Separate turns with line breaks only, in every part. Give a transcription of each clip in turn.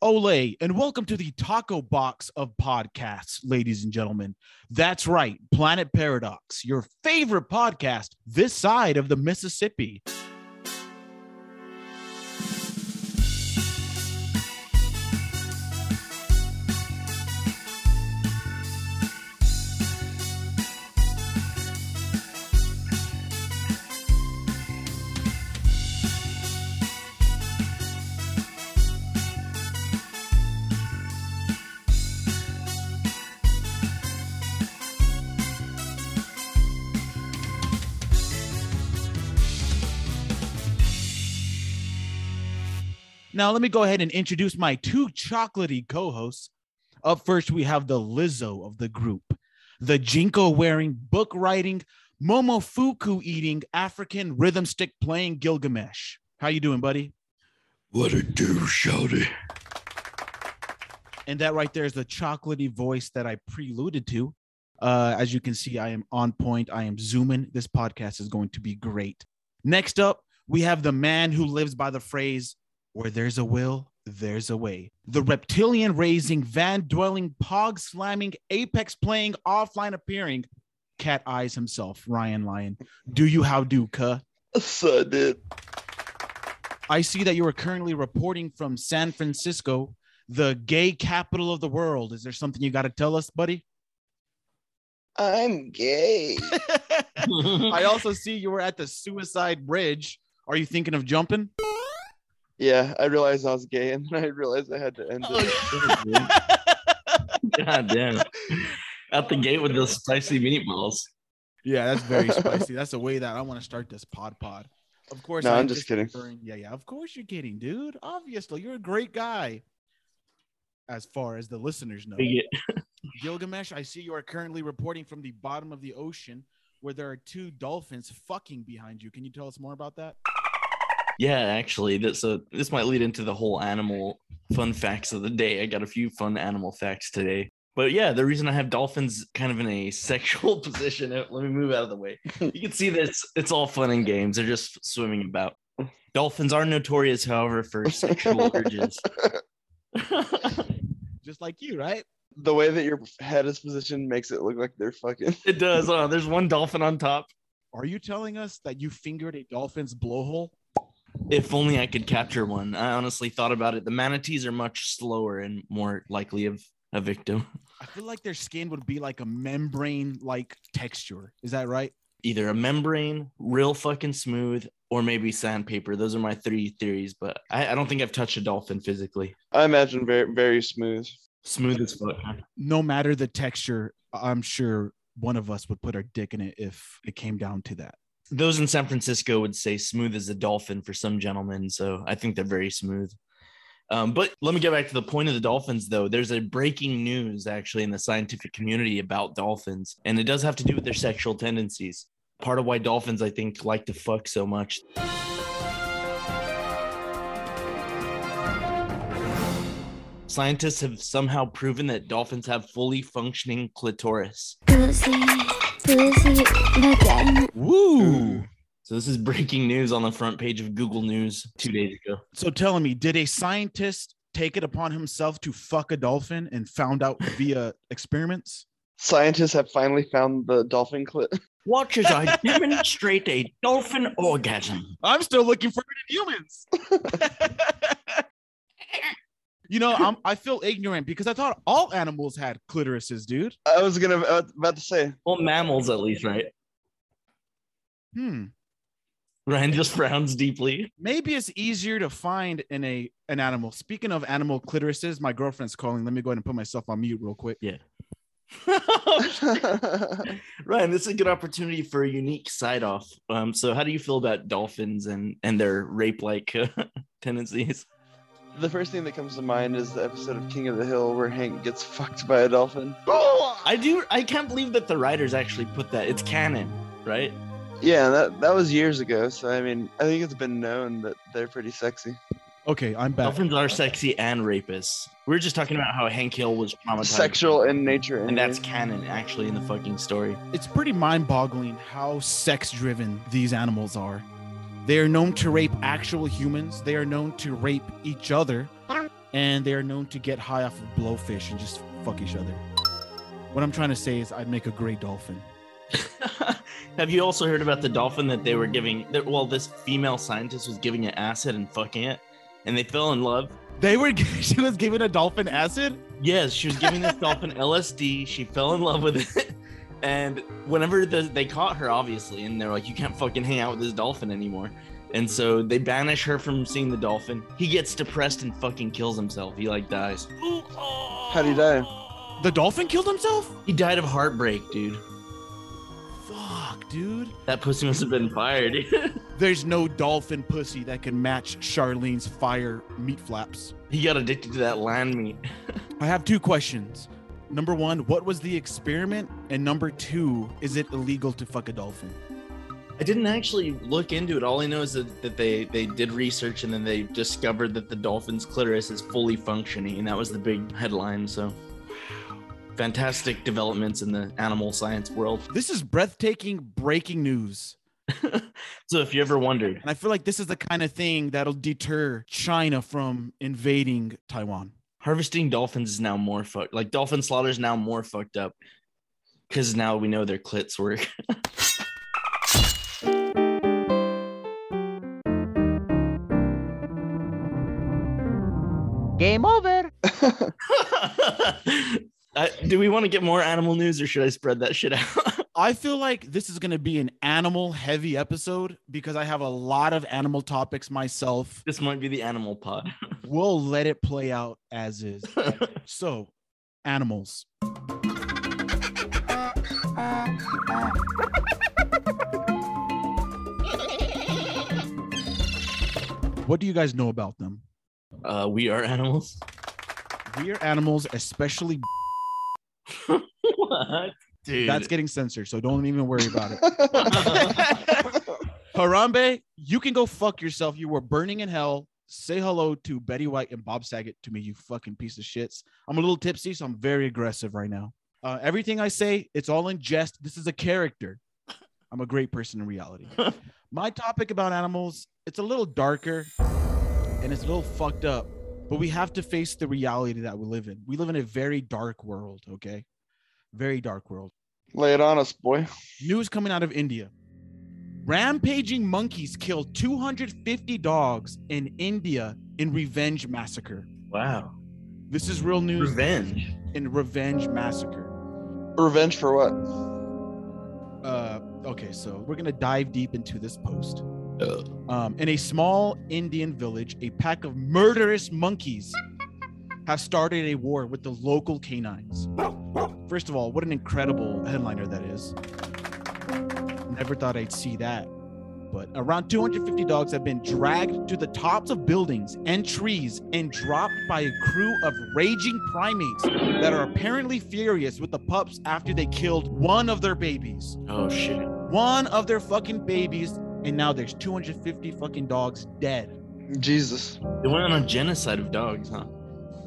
Ole, and welcome to the taco box of podcasts, ladies and gentlemen. That's right, Planet Paradox, your favorite podcast this side of the Mississippi. Now, let me go ahead and introduce my two chocolatey co hosts. Up first, we have the Lizzo of the group, the Jinko wearing, book writing, Momofuku eating, African rhythm stick playing Gilgamesh. How you doing, buddy?
What it do, Shouty?
And that right there is the chocolatey voice that I preluded to. Uh, as you can see, I am on point. I am zooming. This podcast is going to be great. Next up, we have the man who lives by the phrase, where there's a will, there's a way. The reptilian raising, van dwelling, pog slamming, apex playing, offline appearing, cat eyes himself, Ryan Lyon. Do you how do, cuh?
So did.
I see that you are currently reporting from San Francisco, the gay capital of the world. Is there something you got to tell us, buddy?
I'm gay.
I also see you were at the suicide bridge. Are you thinking of jumping?
Yeah, I realized I was gay, and then I realized I had to
Oh,
end it.
God damn. Out the gate with the spicy meatballs.
Yeah, that's very spicy. That's the way that I want to start this pod pod. Of course,
No,
I am
I'm just kidding.
referring- Yeah, yeah. Of course you're kidding, dude. Obviously, you're a great guy. As far as the listeners know,
We get-
Gilgamesh, I see you are currently reporting from the bottom of the ocean where there are two dolphins fucking behind you. Can you tell us more about that?
Yeah, actually, this uh, this might lead into the whole animal fun facts of the day. I got a few fun animal facts today. But yeah, the reason I have dolphins kind of in a sexual position, uh, let me move out of the way. You can see that it's, it's all fun and games. They're just swimming about. Dolphins are notorious, however, for sexual urges.
Just like you, right?
The way that your head is positioned makes it look like they're fucking.
it does. Uh, there's one dolphin on top.
Are you telling us that you fingered a dolphin's blowhole?
If only I could capture one. I honestly thought about it. The manatees are much slower and more likely of a victim.
I feel like their skin would be like a membrane like texture. Is that right?
Either a membrane, real fucking smooth, or maybe sandpaper. Those are my three theories, but I, I don't think I've touched a dolphin physically.
I imagine very, very smooth.
Smooth as fuck. huh?
no matter the texture, I'm sure one of us would put our dick in it if it came down to that.
Those in San Francisco would say smooth as a dolphin for some gentlemen. So I think they're very smooth. Um, but let me get back to the point of the dolphins, though. There's a breaking news actually in the scientific community about dolphins, and it does have to do with their sexual tendencies. Part of why dolphins, I think, like to fuck so much. Scientists have somehow proven that dolphins have fully functioning clitoris.
Pussy, pussy, vagina.
Woo!
So this is breaking news on the front page of Google News two days ago.
So tell me, did a scientist take it upon himself to fuck a dolphin and found out via experiments?
Scientists have finally found the dolphin clit.
Watch as I demonstrate a dolphin orgasm.
I'm still looking for it in humans. you know, I'm, I feel ignorant because I thought all animals had clitorises, dude.
I was gonna I was about to say
Well, mammals at least, right?
Hmm.
Ryan just frowns deeply.
Maybe it's easier to find in a an animal. Speaking of animal clitorises, my girlfriend's calling. Let me go ahead and put myself on mute real quick.
Oh,
Ryan, this is a good opportunity for a unique side off. Um, so, how do you feel about dolphins and and their rape like tendencies?
the first thing that comes to mind is the episode of King of the Hill where Hank gets fucked by a dolphin.
Oh,
I do. I can't believe that the writers actually put that. It's canon, right?
Yeah, that that was years ago. So I mean, I think it's been known that they're pretty sexy.
Okay, I'm back.
Dolphins are sexy and rapists. We were just talking about how Hank Hill was traumatized,
Sexual in nature,
and that's
anyways.
canon actually in the fucking story.
It's pretty mind boggling how sex driven these animals are. They are known to rape actual humans, they are known to rape each other. and they are known to get high off of blowfish and just fuck each other. What I'm trying to say is, I'd make a great dolphin.
Have you also heard about the dolphin that they were giving? That, well, this female scientist was giving it acid and fucking it, and they fell in love.
They were, she was giving a dolphin acid.
Yes, she was giving this dolphin LSD. She fell in love with it. And whenever the, they caught her, obviously, and they're like, you can't fucking hang out with this dolphin anymore. And so they banish her from seeing the dolphin. He gets depressed and fucking kills himself. He like dies.
How'd he die?
The dolphin killed himself.
He died of heartbreak, dude.
Fuck, dude.
That pussy must have been fired.
There's no dolphin pussy that can match Charlene's fire meat flaps.
he got addicted to that land meat.
I have two questions. Number one, what was the experiment? And number two, is it illegal to fuck a dolphin?
I didn't actually look into it. All I know is that, that they, they did research and then they discovered that the dolphin's clitoris is fully functioning, and that was the big headline. So, fantastic developments in the animal science world.
This is breathtaking breaking news.
So, if you ever wondered,
And I feel like this is the kind of thing that'll deter China from invading Taiwan.
harvesting dolphins is now more fucked. Like, dolphin slaughter is now more fucked up because now we know their clits work.
Game over.
I, Uh, do we want to get more animal news or should I spread that shit out?
I feel like this is going to be an animal heavy episode because I have a lot of animal topics myself.
this might be the animal pod.
We'll let it play out as is. so, animals. What do you guys know about them?
Uh, we are animals.
We are animals, especially
what? Dude.
that's getting censored, so don't even worry about it. Harambe, you can go fuck yourself. You were burning in hell. Say hello to Betty White and Bob Saget to me, you fucking piece of shits. I'm a little tipsy, so I'm very aggressive right now. Uh, everything I say, it's all in jest. This is a character. I'm a great person in reality. My topic about animals, it's a little darker and it's a little fucked up, but we have to face the reality that we live in. We live in a very dark world, okay? Very dark world
Lay it on us, boy.
news coming out of India. Rampaging monkeys killed 250 dogs in India in revenge massacre.
wow.
This is real news
Revenge.
in revenge massacre.
Revenge for what?
Uh, okay, so we're gonna dive deep into this post. Um, in a small Indian village, a pack of murderous monkeys have started a war with the local canines. First of all, what an incredible headliner that is. Never thought I'd see that. But around 250 dogs have been dragged to the tops of buildings and trees and dropped by a crew of raging primates that are apparently furious with the pups after they killed one of their babies
Oh shit.
one of their fucking babies, and now there's 250 fucking dogs dead.
Jesus.
They went on a genocide of dogs, huh?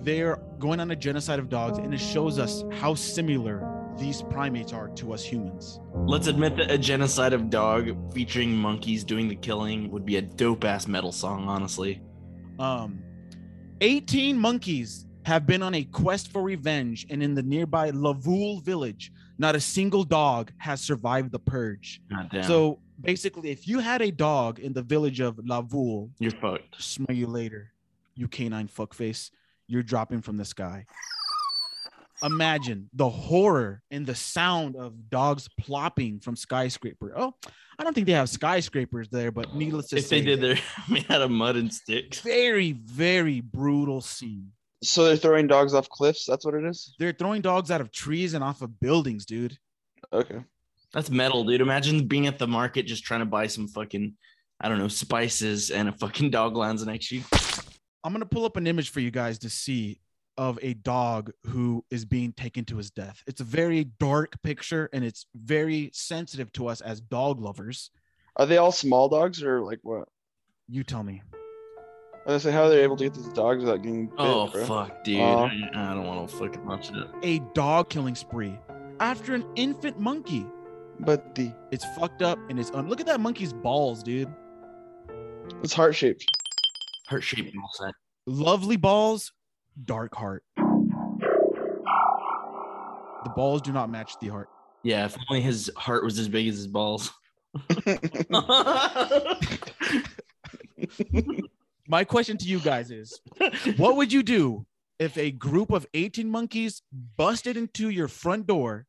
They're going on a genocide of dogs, and it shows us how similar these primates are to us humans.
Let's admit that a genocide of dog featuring monkeys doing the killing would be a dope ass metal song, honestly.
Um, 18 monkeys have been on a quest for revenge, and in the nearby Lavul village, not a single dog has survived the purge.
God damn.
So basically, if you had a dog in the village of Lavul,
you're fucked.
smell you later, you canine fuckface. You're dropping from the sky. Imagine the horror and the sound of dogs plopping from skyscraper. Oh, I don't think they have skyscrapers there, but needless to
If
say,
they did, they're made out of mud and sticks.
very, very brutal scene.
So they're throwing dogs off cliffs. That's what it is.
They're throwing dogs out of trees and off of buildings, dude.
Okay.
That's metal, dude. Imagine being at the market just trying to buy some fucking, I don't know, spices, and a fucking dog lands next to you.
I'm gonna pull up an image for you guys to see of a dog who is being taken to his death. It's a very dark picture and it's very sensitive to us as dog lovers.
Are they all small dogs or like what?
You tell me.
I was gonna say, how are they able to get these dogs without getting bit,
Oh
bro?
fuck, dude!
Uh,
I, I don't want to fucking watch it.
a dog killing spree after an infant monkey.
But the
It's fucked up and it's un- look at that monkey's balls, dude.
it's heart shaped.
Heart shaped ball sack.
Lovely balls, dark heart. The balls do not match the heart.
Yeah, if only his heart was as big as his balls.
My question to you guys is what would you do if a group of 18 monkeys busted into your front door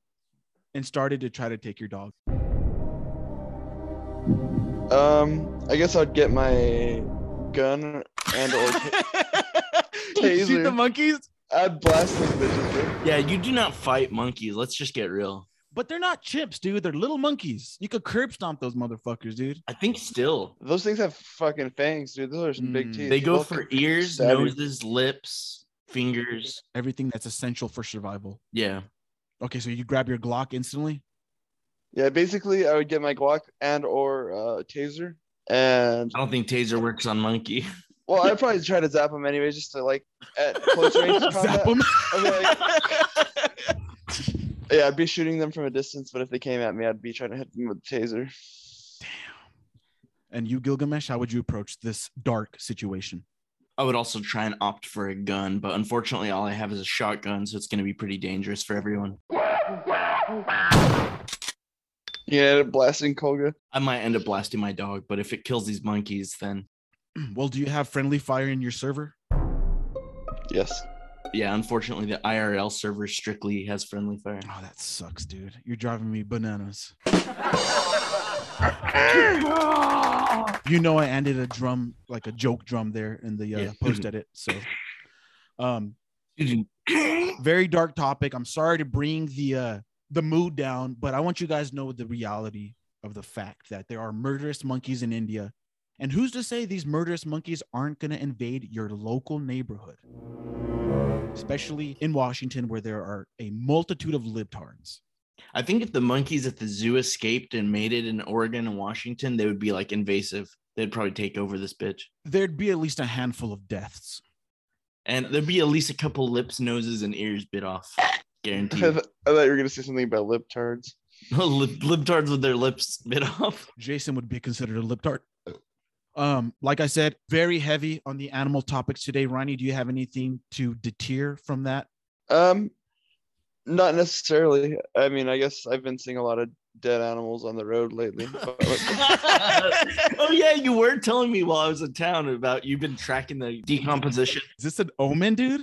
and started to try to take your dog?
Um, I guess I'd get my gun and or
You Shoot the
Taser.
monkeys,
I'd blast them bitches. dude.
yeah, you do not fight monkeys. Let's just get real.
but they're not chimps, dude. They're little monkeys. You could curb stomp those motherfuckers, dude.
I think still
Those things have fucking fangs, dude. Those are some big
Mm.
teeth.
Hmm. they go
They'll
for ears,
stab you.
noses, lips, fingers.
Everything that's essential for survival.
Yeah,
Okay, so you grab your Glock instantly.
Yeah, basically, I would get my Glock and or uh, taser, and
I don't think taser works on monkey.
well, I'd probably try to zap them anyway, just to like at close range
Zap
combat.
them.
I'd be like, yeah, I'd be shooting them from a distance, but if they came at me, I'd be trying to hit them with the taser.
And you, Gilgamesh, how would you approach this dark situation?
I would also try and opt for a gun, but unfortunately, all I have is a shotgun, so it's going to be pretty dangerous for everyone.
Yeah, blasting Kolga.
I might end up blasting my dog, but if it kills these monkeys, then
well, do you have friendly fire in your server?
Yes.
yeah, unfortunately, the IRL server strictly has friendly fire.
Oh, that sucks, dude. You're driving me bananas. you know, I ended a drum like a joke drum there in the uh,
Yeah.
post edit. So, um,
yeah,
very dark topic. I'm sorry to bring the uh the mood down, but I want you guys to know the reality of the fact that there are murderous monkeys in India. And who's to say these murderous monkeys aren't going to invade your local neighborhood? Especially in Washington where there are a multitude of libtards.
I think if the monkeys at the zoo escaped and made it in Oregon and Washington, they would be like invasive. They'd probably take over this bitch,
There'd be at least a handful of deaths.
and there'd be at least a couple lips, noses, and ears bit off,
I
guaranteed.
thought I thought you were gonna say something about libtards.
Lib- Libtards with their lips bit off.
Jason would be considered a libtard. Um, like I said, very heavy on the animal topics today. Ronnie, do you have anything to deter from that?
Um, not necessarily. I mean, I guess I've been seeing a lot of dead animals on the road lately. but-
oh yeah, you were telling me while I was in town about you've been tracking the decomposition.
Is this an omen, dude?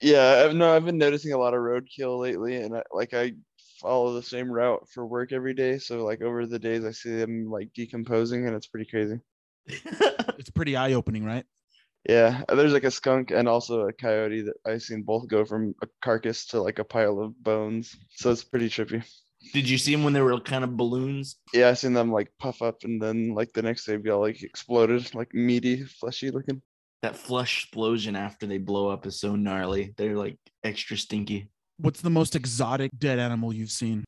yeah, I've, no, I've been noticing a lot of roadkill lately, and I, like I follow the same route for work every day. So like over the days, I see them like decomposing, and it's pretty crazy.
It's pretty eye opening, right?
Yeah, uh, there's like a skunk and also a coyote that I've seen both go from a carcass to like a pile of bones. So it's pretty trippy.
Did you see them when they were kind of balloons?
Yeah, I've seen them like puff up and then like the next day be all like exploded, like meaty, fleshy looking.
That flush explosion after they blow up is so gnarly. They're like extra stinky.
What's the most exotic dead animal you've seen?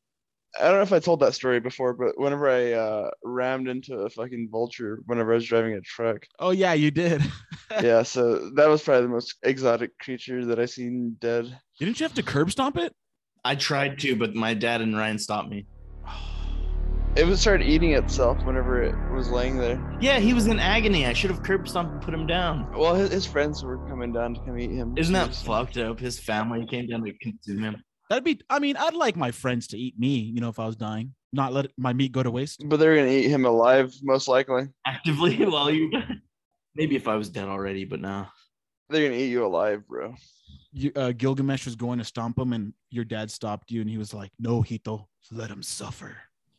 I don't know if I told that story before, but whenever I uh, rammed into a fucking vulture whenever I was driving a truck.
Oh yeah, you did.
yeah, so that was probably the most exotic creature that I seen dead.
Didn't you have to curb stomp it?
I tried to, but my dad and Ryan stopped me.
It was started eating itself whenever it was laying there.
Yeah, he was in agony. I should have curb stomped and put him down.
Well, his, his friends were coming down to come eat him.
Isn't that
Yes.
fucked up? His family came down to consume him.
That'd be. I mean, I'd like my friends to eat me. You know, if I was dying, not let my meat go to waste.
But they're gonna eat him alive, most likely.
actively while you maybe if I was dead already, but no.
They're gonna eat you alive, bro.
You, uh, Gilgamesh was going to stomp him, and your dad stopped you, and he was like, "No, Hito, let him suffer."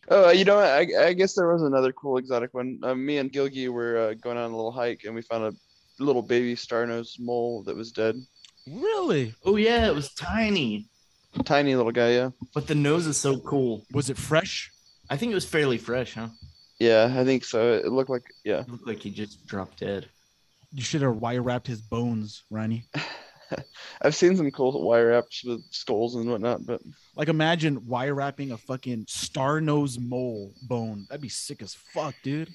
Oh, you know, what? I, I guess there was another cool exotic one. Uh, me and Gilgi were uh, going on a little hike, and we found a little baby star-nosed mole that was dead.
Really?
Oh yeah, it was tiny.
Tiny little guy, yeah.
But the nose is so cool.
Was it fresh?
I think it was fairly fresh, huh?
Yeah, I think so. It looked like, yeah.
It looked like he just dropped dead.
You should have wire wrapped his bones, Ronnie.
I've seen some cool wire ups with skulls and whatnot, but
Like, imagine wire wrapping a fucking star nose mole bone. That'd be sick as fuck, dude.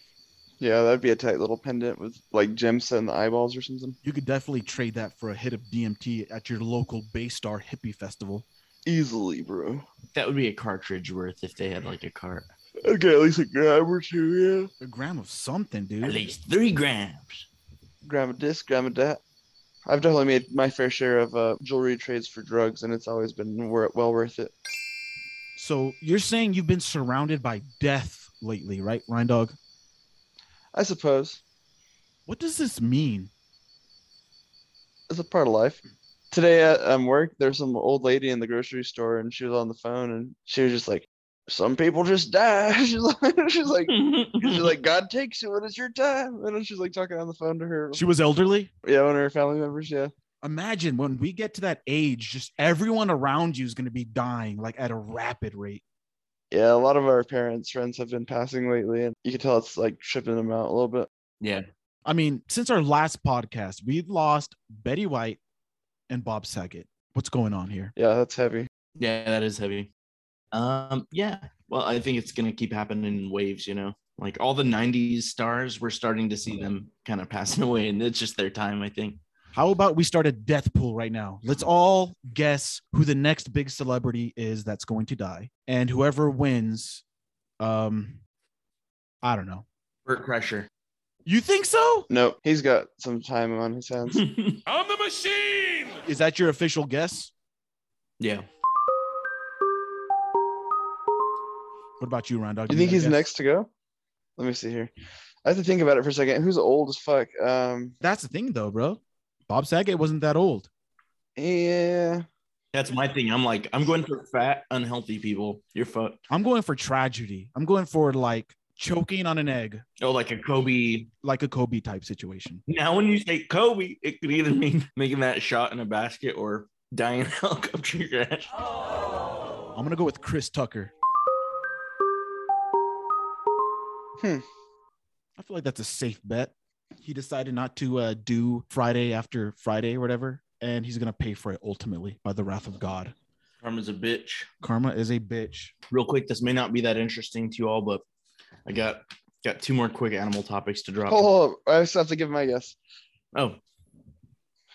yeah, that'd be a tight little pendant with like gems set in the eyeballs or something.
You could definitely trade that for a hit of DMT at your local Baystar Hippie Festival.
Easily, bro.
That would be a cartridge worth if they had like a cart.
Okay, at least a gram or two, yeah.
A gram of something,
At
dude.
least three grams.
Gram of this, gram of that. I've definitely made my fair share of uh, jewelry trades for drugs, and it's always been wor- well worth it.
So you're saying you've been surrounded by death lately, right, Ryan Dog?
I suppose
What does this mean?
it's a part of life. Today at um, work, there's some old lady in the grocery store, and she was on the phone, and she was just like, "Some people just die." she's like, she's like, she's like, "God takes it when it's your time," and she's like talking on the phone to her,
She was elderly.
yeah, one of her family members, yeah.
Imagine when we get to that age, just everyone around you is going to be dying like at a rapid rate.
Yeah, a lot of our parents' friends have been passing lately, and you can tell it's like tripping them out a little bit.
yeah.
I mean, since our last podcast, we lost Betty White and Bob Saget. What's going on here?
Yeah, that's heavy.
Yeah, that is heavy. Um, yeah. Well, I think it's gonna keep happening in waves, you know. Like all the '90s stars, we're starting to see them kind of passing away, and it's just their time, I think.
How about we start a death pool right now? Let's all guess who the next big celebrity is that's going to die, and whoever wins, um, I don't know.
Bert Crusher.
You think so?
No, he's got some time on his hands.
I'm the machine!
Is that your official guess?
yeah.
What about you, Ron Dog?
You
You
think
got a
he's
guess?
next to go? Let me see here. I have to think about it for a second. Who's old as fuck? Um,
That's the thing, though, bro. Bob Saget wasn't that old.
yeah,
That's my thing. I'm like, I'm going for fat, unhealthy people. You're fucked.
I'm going for tragedy. I'm going for like choking on an egg,
Oh, like a Kobe.
like a Kobe type situation.
Now, when you say Kobe, it could either mean making that shot in a basket or dying in a helicopter crash.
I'm gonna go with Chris Tucker.
Hmm.
I feel like that's a safe bet. He decided not to uh, do Friday after Friday or whatever, and he's gonna pay for it ultimately by the wrath of God.
Karma's a bitch.
Karma is a bitch.
real quick this may not be that interesting to you all but i got got two more quick animal topics to drop
hold, hold up. I just have to give my guess.
oh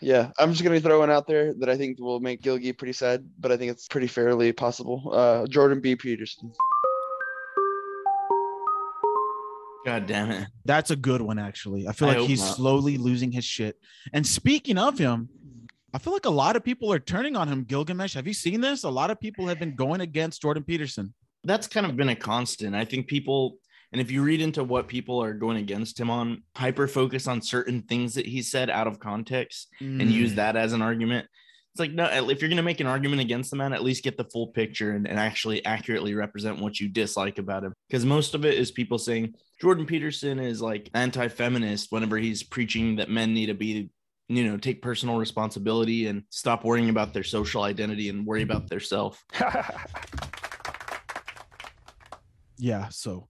Yeah, I'm just gonna throw one out there that I think will make Gilgi pretty sad, but I think it's pretty fairly possible. Uh, Jordan B. Peterson.
god damn it
That's a good one, actually. I feel
I
like
hope
he's
not.
slowly losing his shit. And speaking of him, I feel like a lot of people are turning on him. Gilgamesh, have you seen this? A lot of people have been going against Jordan Peterson.
that's kind of been a constant i think people and if you read into what people are going against him on hyper focus on certain things that he said out of context and use that as an argument it's like no if you're going to make an argument against the man at least get the full picture and, and actually accurately represent what you dislike about him because most of it is people saying jordan peterson is like anti-feminist whenever he's preaching that men need to be you know take personal responsibility and stop worrying about their social identity and worry about their self
Yeah, so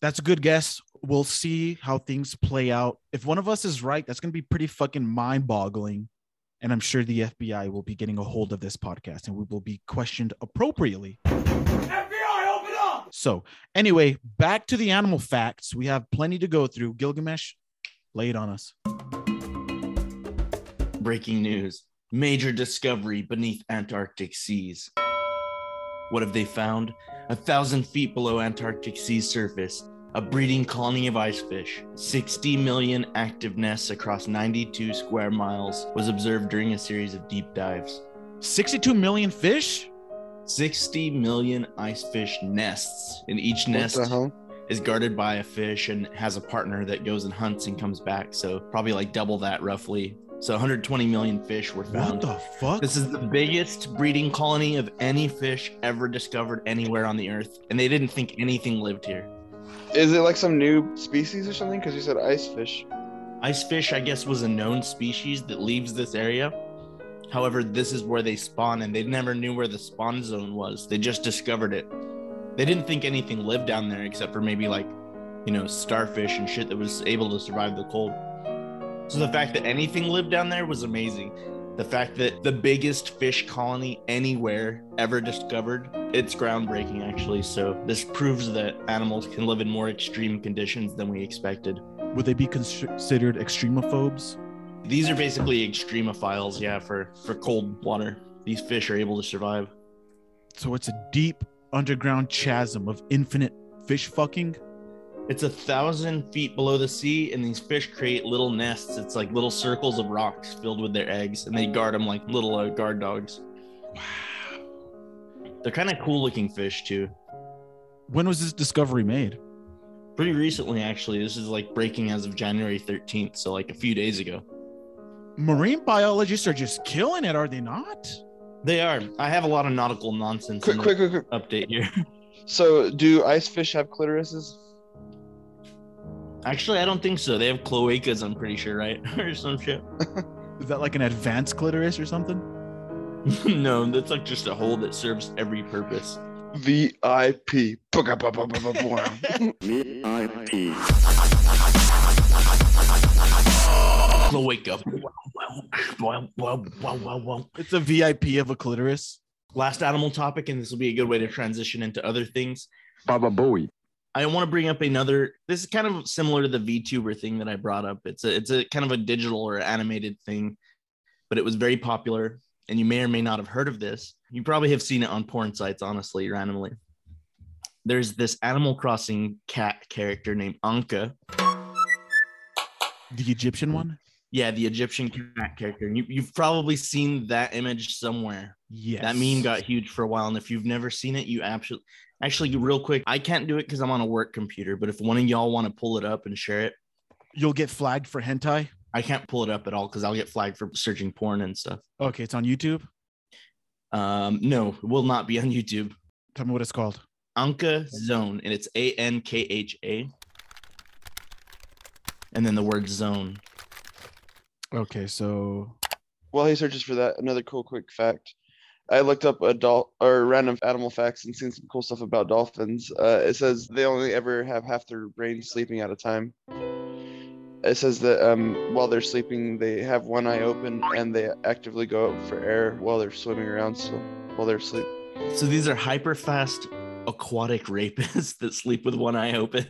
that's a good guess. We'll see how things play out. If one of us is right, that's going to be pretty fucking mind boggling. And I'm sure the FBI will be getting a hold of this podcast and we will be questioned appropriately.
FBI, open up!
So, anyway, back to the animal facts. We have plenty to go through. Gilgamesh, lay it on us.
breaking news major discovery beneath antarctic seas what have they found a thousand feet below antarctic sea surface a breeding colony of ice fish 60 million active nests across 92 square miles was observed during a series of deep dives
62 million fish?
60 million ice fish nests and each nest
What the hell?
is guarded by a fish and has a partner that goes and hunts and comes back so probably like double that roughly so 120 million fish were
What
found
the fuck?
this is the biggest breeding colony of any fish ever discovered anywhere on the earth, and they didn't think anything lived here.
Is it like some new species or something? Because you said ice fish.
Ice fish, I guess, was a known species that leaves this area. However, this is where they spawn, and they never knew where the spawn zone was. They just discovered it. They didn't think anything lived down there except for maybe like, you know, starfish and shit that was able to survive the cold. So the fact that anything lived down there was amazing. The fact that the biggest fish colony anywhere ever discovered, it's groundbreaking actually. So this proves that animals can live in more extreme conditions than we expected.
Would they be cons- considered extremophobes?
These are basically extremophiles, yeah, for for cold water. These fish are able to survive.
So it's a deep underground chasm of infinite fish fucking?
It's a thousand feet below the sea, and these fish create little nests. It's like little circles of rocks filled with their eggs, and they guard them like little uh, guard dogs. Wow. They're kind of cool looking fish, too.
When was this discovery made?
Pretty recently, actually. This is like breaking as of January 13th, so like a few days ago.
Marine biologists are just killing it, are they not?
They are. I have a lot of nautical nonsense
Quick,
in
quick, quick, quick.
the update here.
So, do ice fish have clitorises?
Actually, I don't think so. They have cloacas, I'm pretty sure, right? or some shit.
Is that like an advanced clitoris or something?
no, that's like just a hole that serves every purpose.
VIP. Ba-ga-ba-ba-ba-ba-boom.
Cloaca. Wow, wow, wow, wow, wow.
It's a VIP of a clitoris.
Last animal topic, and this will be a good way to transition into other things.
Baba Bowie.
I want to bring up another. This is kind of similar to the VTuber thing that I brought up. It's a it's a kind of a digital or animated thing, but it was very popular, and you may or may not have heard of this. You probably have seen it on porn sites, honestly, randomly. There's this Animal Crossing cat character named Anka.
The Egyptian one?
Yeah, the Egyptian cat character. And you, you've probably seen that image somewhere.
Yes.
That meme got huge for a while, and if you've never seen it, you absolutely. Actually, real quick, I can't do it because I'm on a work computer. But if one of y'all want to pull it up and share it,
You'll get flagged for hentai.
I can't pull it up at all because I'll get flagged for searching porn and stuff.
Okay, it's on YouTube.
Um, no, it will not be on YouTube.
Tell me what it's called.
Anka Zone, and it's A N K H A, and then the word zone.
Okay, so
While he searches for that, another cool quick fact. I looked up adult or random animal facts and seen some cool stuff about dolphins. Uh, it says they only ever have half their brain sleeping at a time. It says that um, while they're sleeping, they have one eye open and they actively go up for air while they're swimming around. So while they're asleep,
So these are hyper fast aquatic rapists that sleep with one eye open.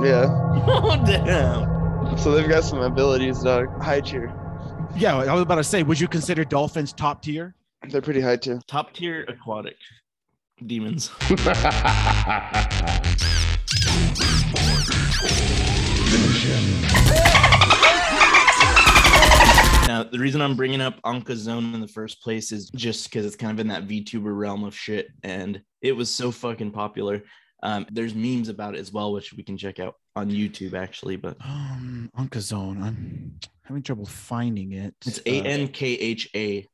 yeah.
oh damn!
So they've got some abilities, dog. High tier.
yeah, I was about to say, would you consider dolphins top tier?
They're pretty high too.
Top tier aquatic demons. Now, the reason I'm bringing up Anka Zone in the first place is just because it's kind of in that VTuber realm of shit, and it was so fucking popular. Um, there's memes about it as well, which we can check out on YouTube actually. But
Um, Onkazone. I'm having trouble finding it.
it's
Uh,
A N K H A.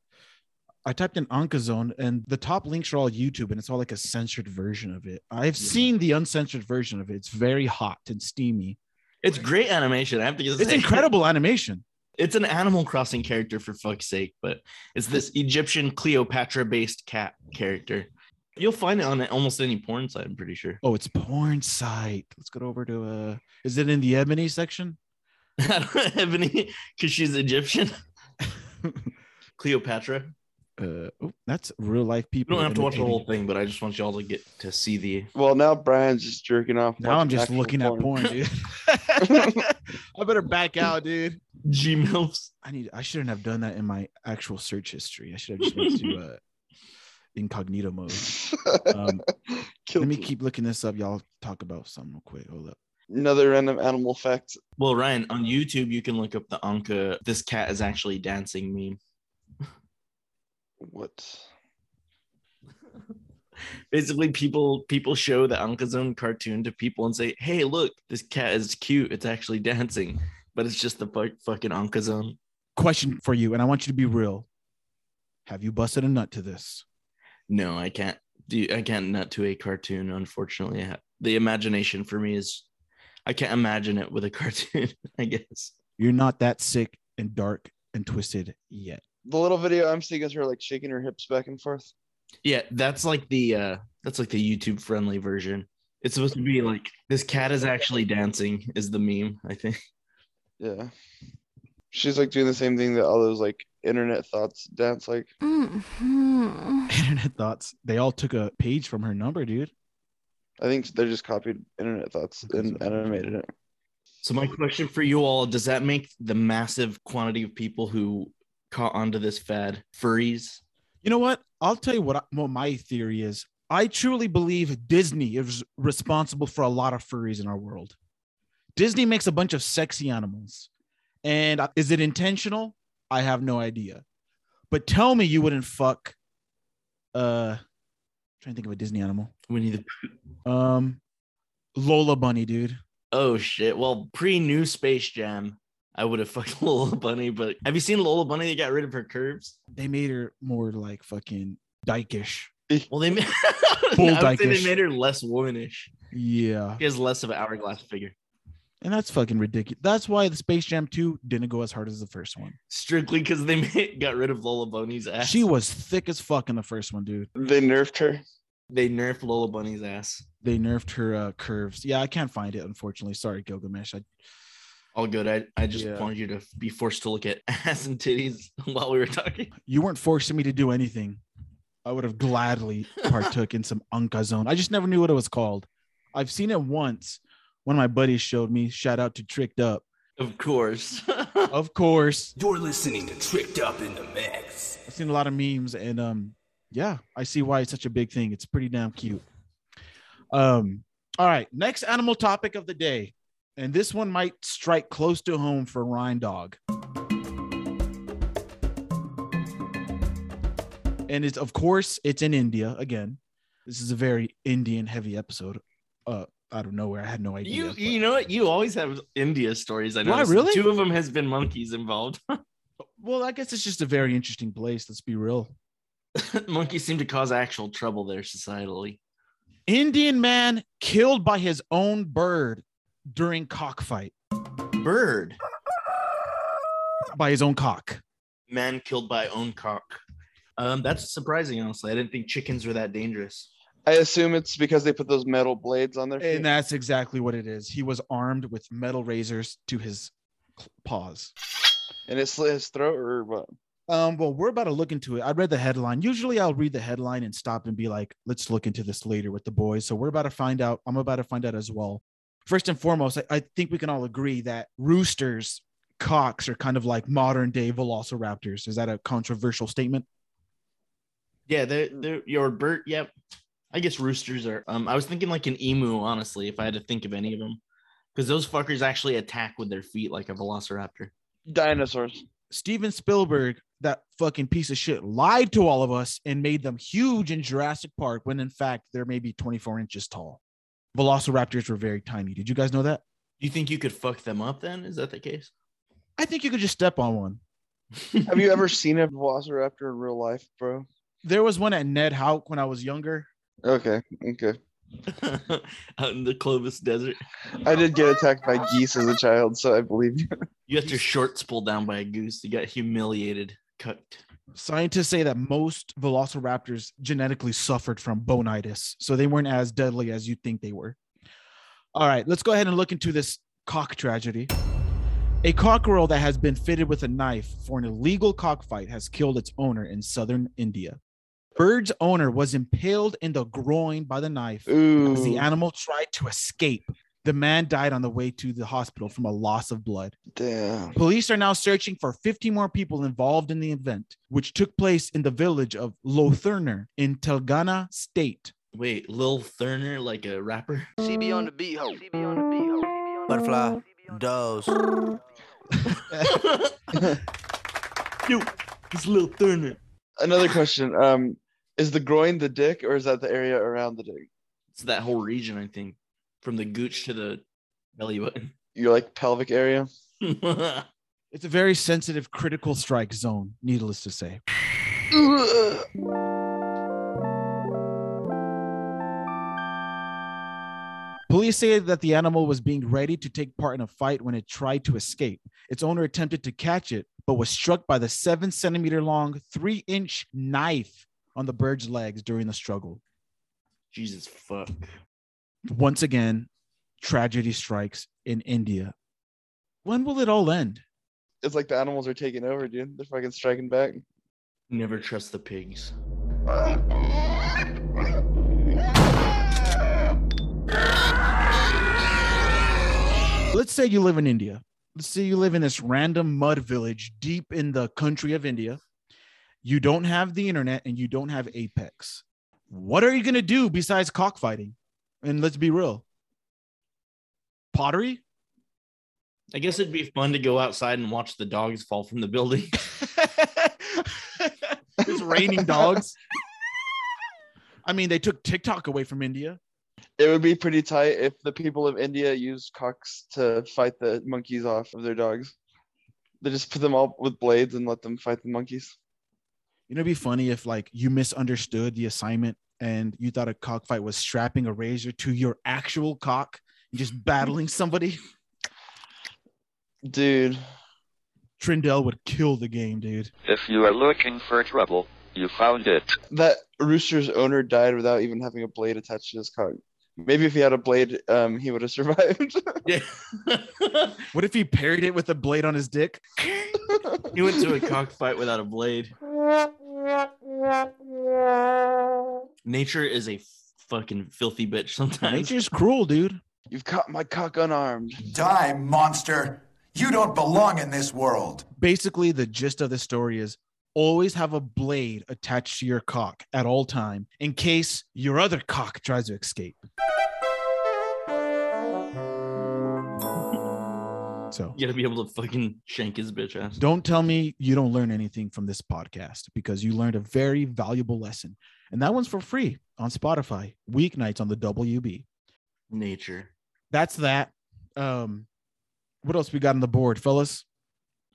I typed in Onkazone, and the top links are all YouTube, and it's all like a censored version of it. I've
Yeah.
seen the uncensored version of it. It's very hot and steamy.
It's great animation. I have to.
It's
say.
incredible animation.
It's an Animal Crossing character for fuck's sake, but it's this Egyptian Cleopatra-based cat character. You'll find it on almost any porn site, I'm pretty sure.
Oh, it's porn site. Let's get over to uh is it in the ebony section?
I don't have any because she's Egyptian. Cleopatra.
Uh oh, that's real life
You
people.
don't have to watch the
imitating-
whole thing, but I just want y'all to get to see the.
Well, now Brian's just jerking off.
Now I'm
watching
just
actual
looking at porn, dude. I better back out, dude.
G MILFs.
I need I shouldn't have done that in my actual search history. I should have just went to uh incognito mode. Um, let
Killed
me
it.
keep looking this up. Y'all talk about something real quick. Hold up.
Another random animal fact.
Well, Ryan, on YouTube, you can look up the Anka, this cat is actually dancing meme.
What?
Basically, people people show the Anka Zone cartoon to people and say, hey, look, this cat is cute. It's actually dancing, but it's just the fuck, fucking Anka Zone.
Question for you, and I want you to be real. Have you busted a nut to this?
No, I can't do, I can't nut to a cartoon, unfortunately. I ha- The imagination for me is, I can't imagine it with a cartoon, I guess.
You're not that sick and dark and twisted yet.
The little video I'm seeing is her like shaking her hips back and forth.
Yeah, that's like the uh that's like the YouTube friendly version. It's supposed to be like this cat is actually dancing is the meme, I think.
Yeah. She's like doing the same thing that all those like internet thoughts dance like.
Mm-hmm.
internet thoughts they all took a page from her number dude
I think they're just copied internet thoughts and animated it.
So my question for you all, does that make the massive quantity of people who caught onto this fad furries?
you know what i'll tell you what, I, what my theory is i truly believe disney is responsible for a lot of furries in our world Disney makes a bunch of sexy animals. And uh, is it intentional? I have no idea. But tell me you wouldn't fuck uh trying to think of a Disney animal.
Winnie the
Um Lola Bunny, dude.
Oh shit. Well, pre new Space Jam, I would have fucked Lola Bunny, but have you seen Lola Bunny that got rid of her curves?
They made her more like fucking dykish.
Well, they made,
Full
I would say
dykish.
they made her less womanish.
Yeah.
She has less of an hourglass figure.
And that's fucking ridiculous. That's why the Space Jam 2 didn't go as hard as the first one.
Strictly because they made, got rid of Lola Bunny's ass.
She was thick as fuck in the first one, dude.
They nerfed her.
they nerfed Lola Bunny's ass.
They nerfed her uh, curves. Yeah, I can't find it, unfortunately. Sorry, Gilgamesh. I,
All good. I, I just
Yeah.
wanted you to be forced to look at ass and titties while we were talking.
you weren't forcing me to do anything. I would have gladly partook in some Unkazone. I just never knew what it was called. I've seen it once. One of my buddies showed me. Shout out to Tricked Up.
Of course.
Of course,
You're listening to Tricked Up in the Mix.
I've seen a lot of memes, and um, yeah, I see why it's such a big thing. It's pretty damn cute. Um, all right, next animal topic of the day, and this one might strike close to home for Rhine Dog. And it's of course it's in India again. This is a very Indian heavy episode. Uh, out of nowhere, I had no idea.
you
but-
you know what? You always have India stories. I know.
Why, really?
Two of them has been monkeys involved.
well, I guess it's just a very interesting place. Let's be real.
monkeys seem to cause actual trouble there societally.
Indian man killed by his own bird during cockfight
Bird.
by his own cock.
Man killed by own cock. Um, that's surprising, honestly. I didn't think chickens were that dangerous.
I assume it's because they put those metal blades on their feet.
And that's exactly what it is. He was armed with metal razors to his cl- paws.
and it slit his throat or what?
Um, well, we're about to look into it. I read the headline. Usually I'll read the headline and stop and be like, let's look into this later with the boys. So we're about to find out. I'm about to find out as well. First and foremost, I, I think we can all agree that roosters' cocks are kind of like modern day velociraptors. Is that a controversial statement?
Yeah, they're, they're your bird. Yep. I guess roosters are. Um, I was thinking like an emu, honestly, if I had to think of any of them, because those fuckers actually attack with their feet like a velociraptor.
Dinosaurs.
Steven Spielberg, that fucking piece of shit, lied to all of us and made them huge in Jurassic Park when in fact they're maybe 24 inches tall. Velociraptors were very tiny. Did you guys know that?
You think you could fuck them up? Then is that the case?
I think you could just step on one.
Have you ever seen a velociraptor in real life, bro?
There was one at Ned Hauk when I was younger.
Okay, okay.
Out in the Clovis Desert,
I did get attacked by geese as a child, so I believe you.
you got your shorts pulled down by a goose. You got humiliated, cooked.
Scientists say that most velociraptors genetically suffered from bonitis, so they weren't as deadly as you think they were. All right, let's go ahead and look into this cock tragedy. A cockerel that has been fitted with a knife for an illegal cockfight has killed its owner in southern India. Bird's owner was impaled in the groin by the knife as the
Ooh,
animal tried to escape. The man died on the way to the hospital from a loss of blood.
damn.
Police are now searching for 50 more people involved in the event, which took place in the village of Lotherner in Telangana state.
Wait, Lil Thurner, like a rapper?
CB on the beat, ho.
Butterfly, doves.
Yo, it's Lil Thurner.
Another question. Um, is the groin the dick, or is that the area around the dick?
It's that whole region, I think, from the gooch to the belly button.
Your like pelvic area?
It's a very sensitive critical strike zone, needless to say. Police say that the animal was being ready to take part in a fight when it tried to escape. Its owner attempted to catch it, but was struck by the seven centimeter long, three inch knife on the bird's legs during the struggle.
Jesus fuck.
Once again, tragedy strikes in India. When will it all end?
It's like the animals are taking over, dude. They're fucking striking back.
Never trust the pigs.
let's say you live in India. Let's say you live in this random mud village deep in the country of India. You don't have the internet and you don't have Apex. What are you going to do besides cockfighting? And let's be real pottery?
I guess it'd be fun to go outside and watch the dogs fall from the building.
it's raining dogs. I mean, they took TikTok away from India.
It would be pretty tight if the people of India used cocks to fight the monkeys off of their dogs. They just put them all with blades and let them fight the monkeys.
You know, it'd be funny if like you misunderstood the assignment and you thought a cockfight was strapping a razor to your actual cock and just battling somebody.
Dude,
Trindell would kill the game, dude.
If you are looking for trouble, you found it.
that rooster's owner died without even having a blade attached to his cock. Maybe if he had a blade, um, he would have survived.
yeah.
What if he parried it with a blade on his dick?
he went to a cockfight without a blade. Nature is a fucking filthy bitch sometimes.
Nature's cruel, dude.
You've caught my cock unarmed.
Die, monster! You don't belong in this world!
Basically, the gist of the story is always have a blade attached to your cock at all time in case your other cock tries to escape. So
You gotta be able to fucking shank his bitch ass.
don't tell me you don't learn anything from this podcast because you learned a very valuable lesson. And that one's for free on Spotify, weeknights on the WB.
Nature.
That's that. Um, what else we got on the board, fellas?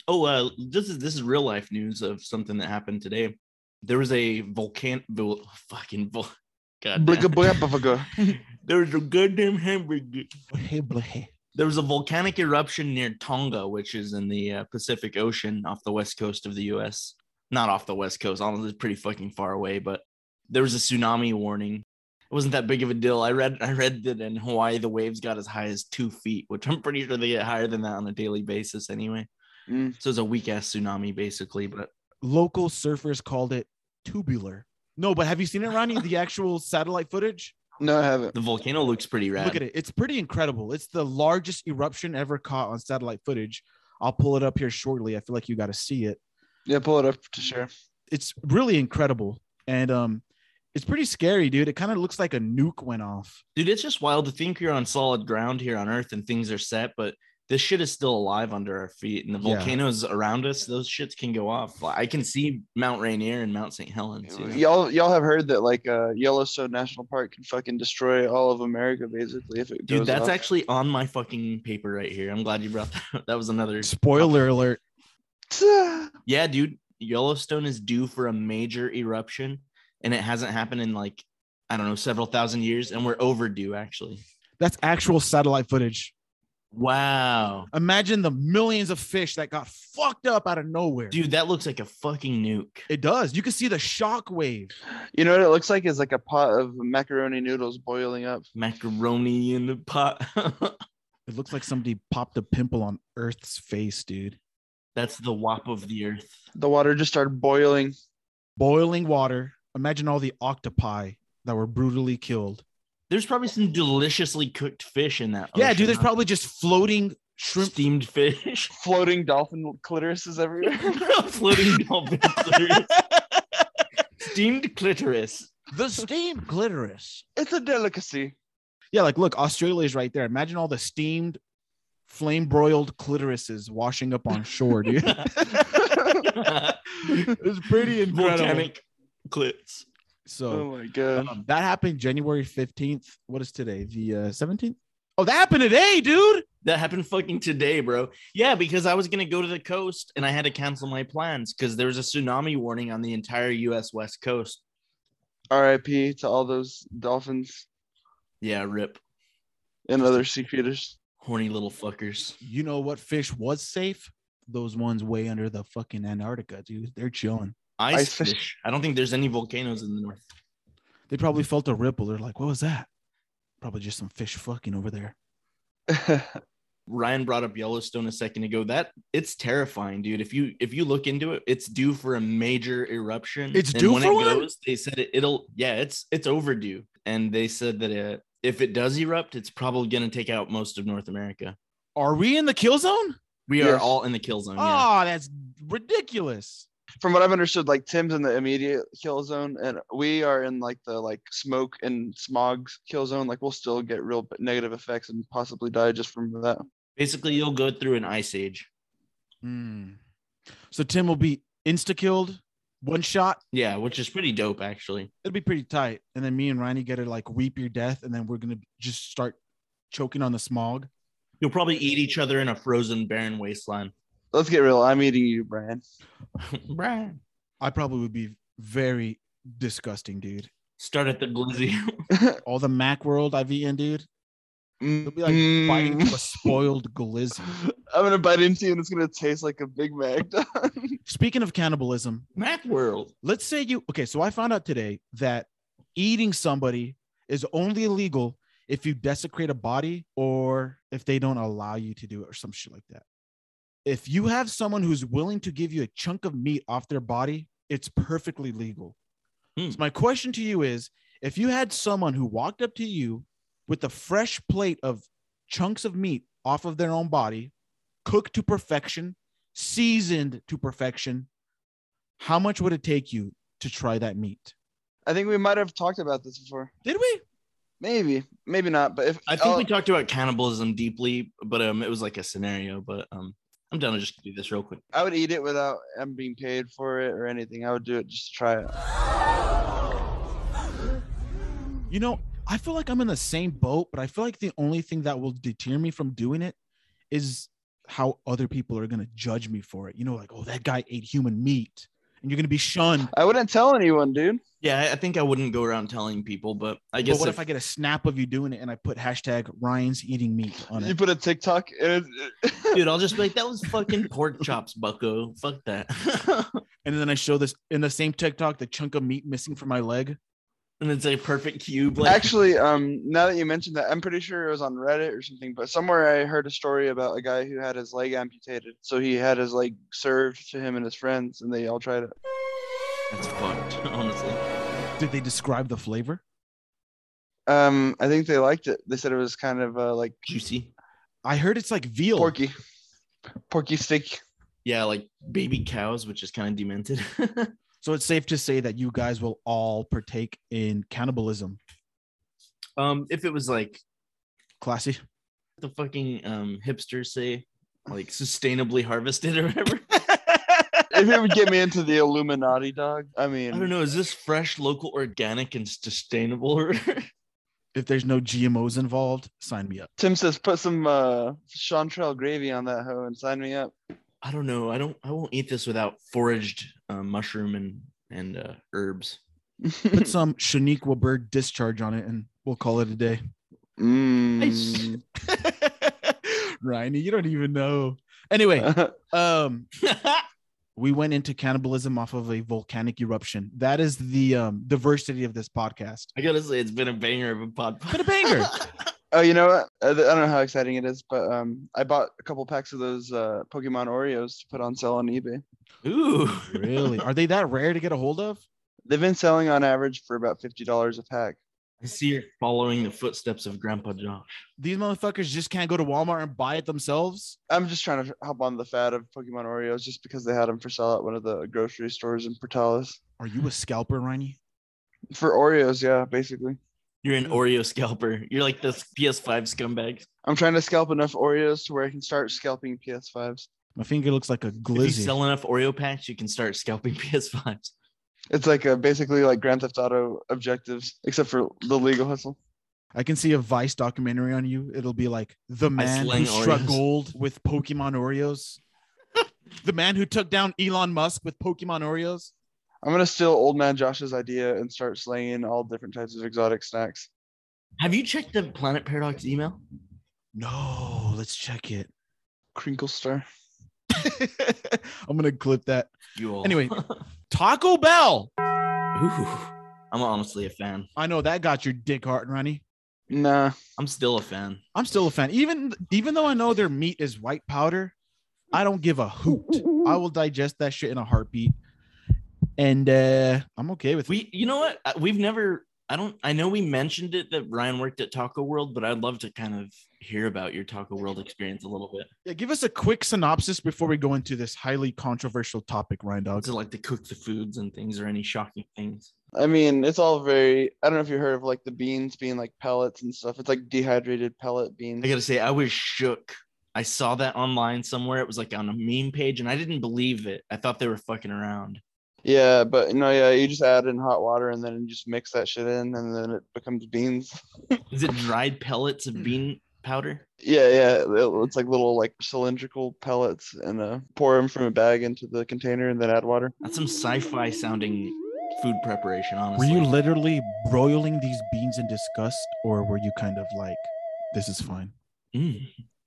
Oh, uh, this is this is real life news of something that happened today. There was a volcano. Vol- fucking vol- God. damn.
Blicka-blappa-fucka.
there was a goddamn hamburger.
Hey, Blahe.
There was a volcanic eruption near Tonga, which is in the uh, Pacific Ocean off the west coast of the U.S. Not off the west coast, honestly, it's pretty fucking far away. But there was a tsunami warning. It wasn't that big of a deal. I read, I read that in Hawaii the waves got as high as two feet, which I'm pretty sure they get higher than that on a daily basis anyway.
Mm.
So it's a weak ass tsunami basically. But
local surfers called it tubular. No, but have you seen it, Ronnie? The actual satellite footage?
No, I haven't.
the volcano looks pretty rad.
Look at it. It's pretty incredible. It's the largest eruption ever caught on satellite footage. I'll pull it up here shortly. I feel like you got to see it.
Yeah, pull it up to share.
It's really incredible. And um, it's pretty scary, dude. It kind of looks like a nuke went off.
Dude, it's just wild to think you're on solid ground here on Earth and things are set, but this shit is still alive under our feet, and the
Yeah.
volcanoes around us, those shits can go off. Like, I can see Mount Rainier and Mount St. Helens. you know?
Y'all, y'all have heard that like uh, Yellowstone National Park can fucking destroy all of America basically if it goes.
Dude, that's
off.
actually on my fucking paper right here. I'm glad you brought that. Up. That was another.
Spoiler alert.
Yeah, dude, Yellowstone is due for a major eruption, and it hasn't happened in like I don't know several thousand years, and we're overdue actually.
That's actual satellite footage.
Wow,
Imagine the millions of fish that got fucked up out of nowhere.
dude, that looks like a fucking nuke.
It does. You can see the shock wave.
You know what it looks like is like a pot of macaroni noodles boiling up.
Macaroni in the pot.
It looks like somebody popped a pimple on Earth's face, dude.
That's the wop of the earth.
The water just started boiling.
boiling water. Imagine all the octopi that were brutally killed.
There's probably some deliciously cooked fish in that.
yeah,
ocean,
dude, there's
huh?
probably just floating shrimp.
steamed fish,
Floating dolphin clitorises everywhere.
floating dolphin clitoris. steamed clitoris.
The steamed clitoris.
it's a delicacy.
Yeah, like look, Australia's right there. Imagine all the steamed, flame broiled clitorises washing up on shore, dude. it's pretty incredible.
Volcanic clits.
So
Oh my god.
um, that happened January 15th. What is today? The uh, 17th? Oh, that happened today, dude.
That happened fucking today, bro. Yeah, because I was gonna go to the coast and I had to cancel my plans because there was a tsunami warning on the entire U.S. West Coast.
R.I.P. to all those dolphins
Yeah, rip,
and other sea creatures.
horny little fuckers.
You know what fish was safe? Those ones way under the fucking Antarctica, dude. They're chilling.
Ice,
Ice fish.
fish. I don't think there's any volcanoes in the north.
They probably felt a ripple. They're like, what was that? Probably just some fish fucking over there.
Ryan brought up Yellowstone a second ago. That it's terrifying, dude. If you if you look into it, it's due for a major eruption.
It's due for one?
They said it, it'll yeah, it's it's overdue, and they said that uh, if it does erupt, it's probably gonna take out most of North America.
Are we in the kill zone?
We are
Yes.
all in the kill zone. yeah.
Oh, that's ridiculous.
From what I've understood, like Tim's in the immediate kill zone, and we are in like the like smoke and smog kill zone. Like we'll still get real b- negative effects and possibly die just from that.
Basically, you'll go through an ice age.
Hmm. So Tim will be insta killed, one shot.
Yeah, which is pretty dope, actually.
It'll be pretty tight. And then me and Ronnie get to like weep your death, and then we're gonna just start choking on the smog.
You'll probably eat each other in a frozen, barren wasteland.
Let's get real. I'm eating you, Brian.
Brian.
I probably would be very disgusting, dude.
Start at the glizzy.
All the Mac world I've eaten, dude. It'll be like biting
Mm.
to a spoiled glizzy.
I'm gonna bite into you, and it's gonna taste like a Big Mac. dog.
Speaking of cannibalism,
Math world.
let's say you okay so i found out today that eating somebody is only illegal if you desecrate a body or if they don't allow you to do it or some shit like that if you have someone who's willing to give you a chunk of meat off their body it's perfectly legal
Hmm.
so my question to you is if you had someone who walked up to you with a fresh plate of chunks of meat off of their own body cooked to perfection seasoned to perfection how much would it take you to try that meat?
I think we might have talked about this before.
Did we?
Maybe, maybe not. But if
I think
oh,
we talked about cannibalism deeply, but um, it was like a scenario. But um, I'm down to just do this real quick.
I would eat it without um being paid for it or anything. I would do it just to try it.
You know, I feel like I'm in the same boat, but I feel like the only thing that will deter me from doing it is how other people are going to judge me for it. You know, like, oh, that guy ate human meat and you're going to be shunned.
I wouldn't tell anyone, dude.
Yeah, I- I think I wouldn't go around telling people, but I
But
guess
what
if,
if I get a snap of you doing it and I put hashtag Ryan's eating meat on
You
it?
put a TikTok. And it,
dude, I'll just be like, that was fucking pork chops, bucko. Fuck that.
And then I show this in the same TikTok, the chunk of meat missing from my leg.
and it's a perfect cube. Like,
Actually, um, now that you mentioned that, I'm pretty sure it was on Reddit or something, but somewhere I heard a story about a guy who had his leg amputated. So he had his leg served to him and his friends, and they all tried it.
that's fucked, honestly.
Did they describe the flavor?
Um, I think they liked it. They said it was kind of uh, like
Juicy.
I heard it's like veal.
porky, porky steak.
Yeah, like baby cows, which is kind of demented.
So it's safe to say that you guys will all partake in cannibalism.
um, if it was like
Classy.
the fucking um hipsters say, like sustainably harvested or whatever.
if it would get me into the Illuminati, dog. I
I
mean,
don't know. Is this fresh, local, organic, and sustainable? or-
if there's no GMOs involved, sign me up.
Tim says put some uh, chanterelle gravy on that hoe and sign me up.
I don't know. I don't. I won't eat this without foraged uh, mushroom and and uh, herbs.
Put
Mm-hmm.
some Shaniqua bird discharge on it and we'll call it a day.
Mm.
Ryan, you don't even know. Anyway, um,
That's
we went into cannibalism off of a volcanic eruption. That is the um, diversity of this podcast.
I gotta say, it's been a banger of a pod.
Been a banger.
Oh, you know what? I th- I don't know how exciting it is, but um, I bought a couple packs of those uh, Pokemon Oreos to put on sale on eBay.
Ooh,
really? Are they that rare to get a hold of?
They've been selling on average for about fifty dollars a pack.
I see you're following the footsteps of Grandpa Josh.
These motherfuckers just can't go to Walmart and buy it themselves.
I'm just trying to hop on the fad of Pokemon Oreos just because they had them for sale at one of the grocery stores in Portales.
Are you a scalper, Ryan?
For Oreos, yeah, basically.
You're
Mm.
an Oreo scalper. You're like this PS5 scumbag.
I'm trying to scalp enough Oreos to where I can start scalping PS5s.
My finger looks like a glizzy.
If you sell enough Oreo packs, you can start scalping PS5s.
It's like uh basically like Grand Theft Auto objectives, except for the legal hustle.
I can see a Vice documentary on you. It'll be like the man who
slang
struck
Oreos.
gold with Pokemon Oreos, the man who took down Elon Musk with Pokemon Oreos.
I'm gonna steal old man Josh's idea and start slaying all different types of exotic snacks.
Have you checked the Planet Paradox email?
No, let's check it.
Crinkle star.
I'm gonna clip that.
You all.
Anyway. Taco Bell.
Ooh, I'm honestly a fan.
I know that got your dick hard, Ronnie.
Nah.
I'm still a fan.
I'm still a fan. Even even though I know their meat is white powder, I don't give a hoot. I will digest that shit in a heartbeat. And uh I'm okay with
We, you know what? Uh, We've never. I don't. I know we mentioned it that Ryan worked at Taco World, but I'd love to kind of hear about your Taco World experience a little bit.
Yeah, give us a quick synopsis before we go into this highly controversial topic, Ryan Dog.
To like to cook the foods and things, or any shocking things.
I mean, it's all very. I don't know if you heard of like the beans being like pellets and stuff. It's like dehydrated pellet beans.
I gotta say, I was shook I saw that online somewhere. It was like on a meme page, and I didn't believe it. I thought they were fucking around.
Yeah, but no, yeah, you just add in hot water and then you just mix that shit in and then it becomes beans.
Is it dried pellets of bean powder?
Yeah, yeah, it- it's like little like cylindrical pellets and uh, pour them from a bag into the container and then add water.
That's some sci-fi sounding food preparation,
Were
honestly.
you literally broiling these beans in disgust, or were you kind of like, this is fine?
Mm.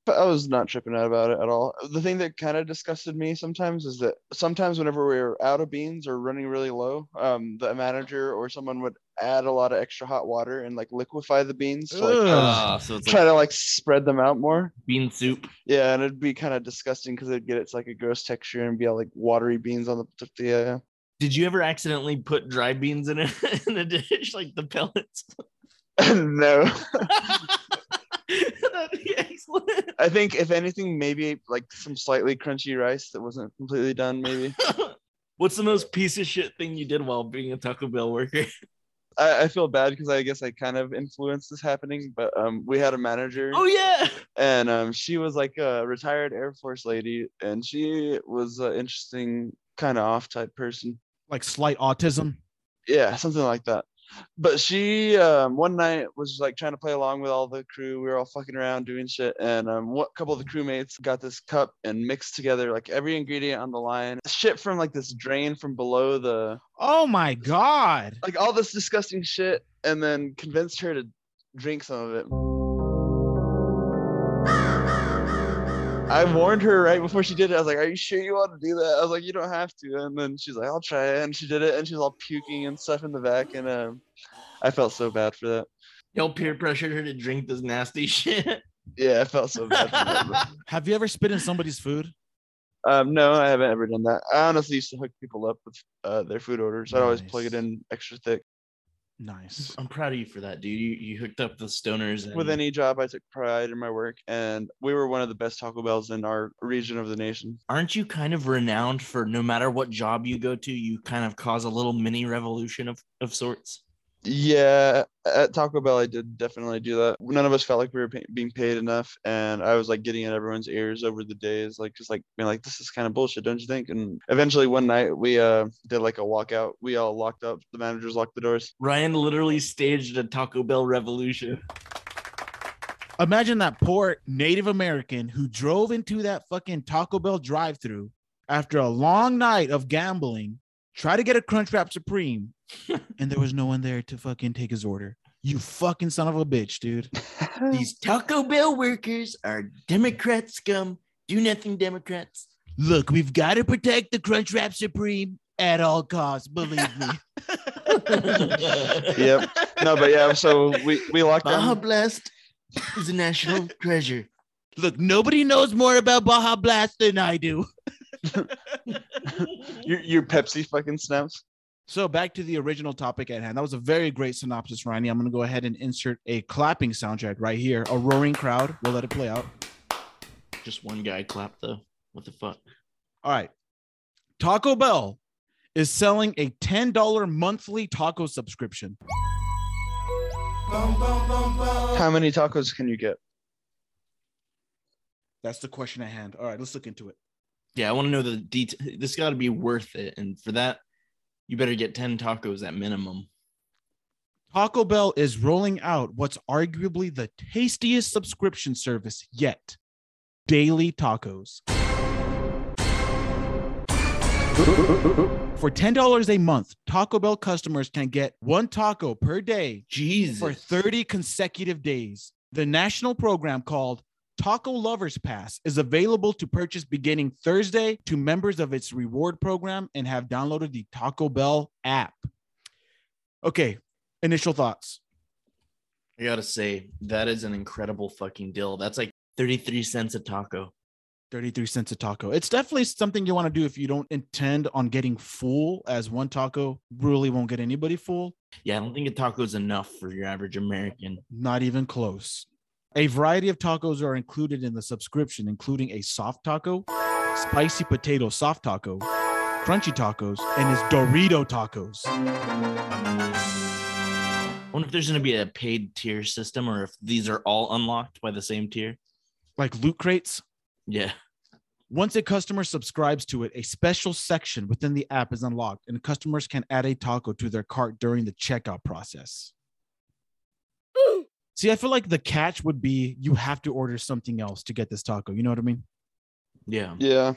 But I was not tripping out about it at all. The thing that kind of disgusted me sometimes is that sometimes whenever we were out of beans or running really low, um, the manager or someone would add a lot of extra hot water and like liquefy the beans to like
Ah, so it's
try
like
to like spread them out more.
bean soup.
Yeah, and it'd be kind of disgusting because it'd get its like a gross texture and be all like watery beans on the tortilla.
Did you ever accidentally put dry beans in a, in a dish like the pellets?
no,
That'd be excellent.
I think if anything, maybe like some slightly crunchy rice that wasn't completely done. Maybe
What's the most piece of shit thing you did while being a Taco Bell worker?
I, I feel bad because I guess I kind of influenced this happening. But um, we had a manager,
Oh yeah.
and um, she was like a retired Air Force lady, and she was an interesting kind of off type person.
Like slight autism?
yeah something like that but she um, one night was like trying to play along with all the crew we were all fucking around doing shit and um, what couple of the crewmates got this cup and mixed together like every ingredient on the line shit from like this drain from below the
Oh my God.
like all this disgusting shit and then convinced her to drink some of it I warned her right before she did it. I was like, "Are you sure you want to do that?" I was like, "You don't have to." And then she's like, "I'll try it." And she did it, and she was all puking and stuff in the back. And um, I felt so bad for that.
Y'all peer pressured her to drink this nasty shit.
Yeah, I felt so bad. For that. but-
Have you ever spit in somebody's food?
Um, no, I haven't ever done that. I honestly used to hook people up with uh, their food orders. I'd always plug it
Nice.
in extra thick.
Nice.
I'm proud of you for that, dude. You you hooked up the stoners and
With any job, I took pride in my work, and we were one of the best Taco Bells in our region of the nation.
aren't you kind of renowned for no matter what job you go to, you kind of cause a little mini revolution of, of sorts?
Yeah, at Taco Bell, I did definitely do that. None of us felt like we were pay- being paid enough, and I was like getting in everyone's ears over the days, like just like being like, "This is kind of bullshit, don't you think?" And eventually, one night, we uh did like a walkout. We all locked up. The managers locked the doors.
Ryan literally staged a Taco Bell revolution.
Imagine that poor Native American who drove into that fucking Taco Bell drive through after a long night of gambling, try to get a Crunchwrap Supreme, and there was no one there to fucking take his order. You fucking son of a bitch, dude.
These Taco Bell workers are Democrat scum, do nothing Democrats.
Look, we've got to protect the Crunchwrap Supreme at all costs, believe me.
yep.
Yep. No, but yeah, so we we locked
Baja
down.
Blast is a national treasure.
Look, nobody knows more about Baja Blast than I do.
Your, your Pepsi fucking snaps.
So back to the original topic at hand. That was a very great synopsis, Ronnie. I'm going to go ahead and insert a clapping soundtrack right here. A roaring crowd. We'll let it play out.
Just one guy clapped though. What the fuck?
All right. Taco Bell is selling a $10 monthly taco subscription.
How many tacos can you get?
That's the question at hand. All right, let's look into it.
Yeah, I want to know the detail. This got to be worth it, and for that, you better get ten tacos at minimum.
Taco Bell is rolling out what's arguably the tastiest subscription service yet daily tacos. For $10 a month, Taco Bell customers can get one taco per day
Jesus.
for 30 consecutive days. The national program called Taco Lovers Pass is available to purchase beginning Thursday to members of its reward program and have downloaded the Taco Bell app. Okay, initial thoughts.
I gotta say that is an incredible fucking deal. That's like thirty-three cents a taco.
33 cents a taco. It's definitely something you want to do if you don't intend on getting full, as one taco really won't get anybody full,
Yeah, I don't think a taco is enough for your average American.
not even close. A variety of tacos are included in the subscription, including a soft taco, spicy potato soft taco, crunchy tacos, and his Dorito tacos.
I wonder if there's gonna be a paid tier system, or if these are all unlocked by the same tier.
Like loot crates,
Yeah.
Once a customer subscribes to it, a special section within the app is unlocked, and customers can add a taco to their cart during the checkout process. See, I feel like the catch would be you have to order something else to get this taco. You know what I mean?
Yeah.
Yeah.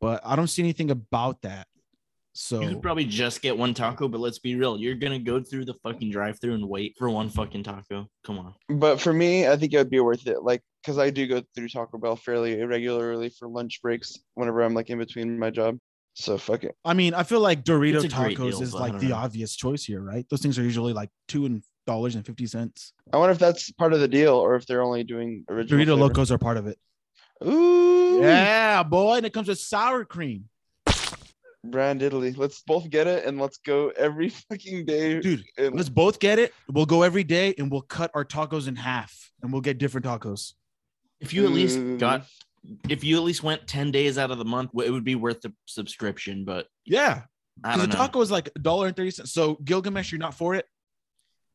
But I don't see anything about that. So
You could probably just get one taco, but let's be real. You're gonna go through the fucking drive-through and wait for one fucking taco. Come on.
But for me, I think it would be worth it. Like, because I do go through Taco Bell fairly regularly for lunch breaks whenever I'm like in between my job. So fuck it.
I mean, I feel like Dorito
It's a great
tacos
deal,
is
but I
like
don't
the
know.
obvious choice here, right? Those things are usually like two and dollars and fifty cents.
I wonder if that's part of the deal or if they're only doing original.
Dorito
flavor.
locos are part of it.
Ooh.
Yeah, boy, and it comes with sour cream,
Brand Italy. Let's both get it and let's go every fucking day.
dude.
and-
Let's both get it. We'll go every day, and we'll cut our tacos in half, and we'll get different tacos.
If you at least
Mm.
got if you at least went 10 days out of the month, it would be worth the subscription, but
Yeah,
I
because
don't
the
know.
taco is like a dollar and thirty cents. So Gilgamesh, you're not for it.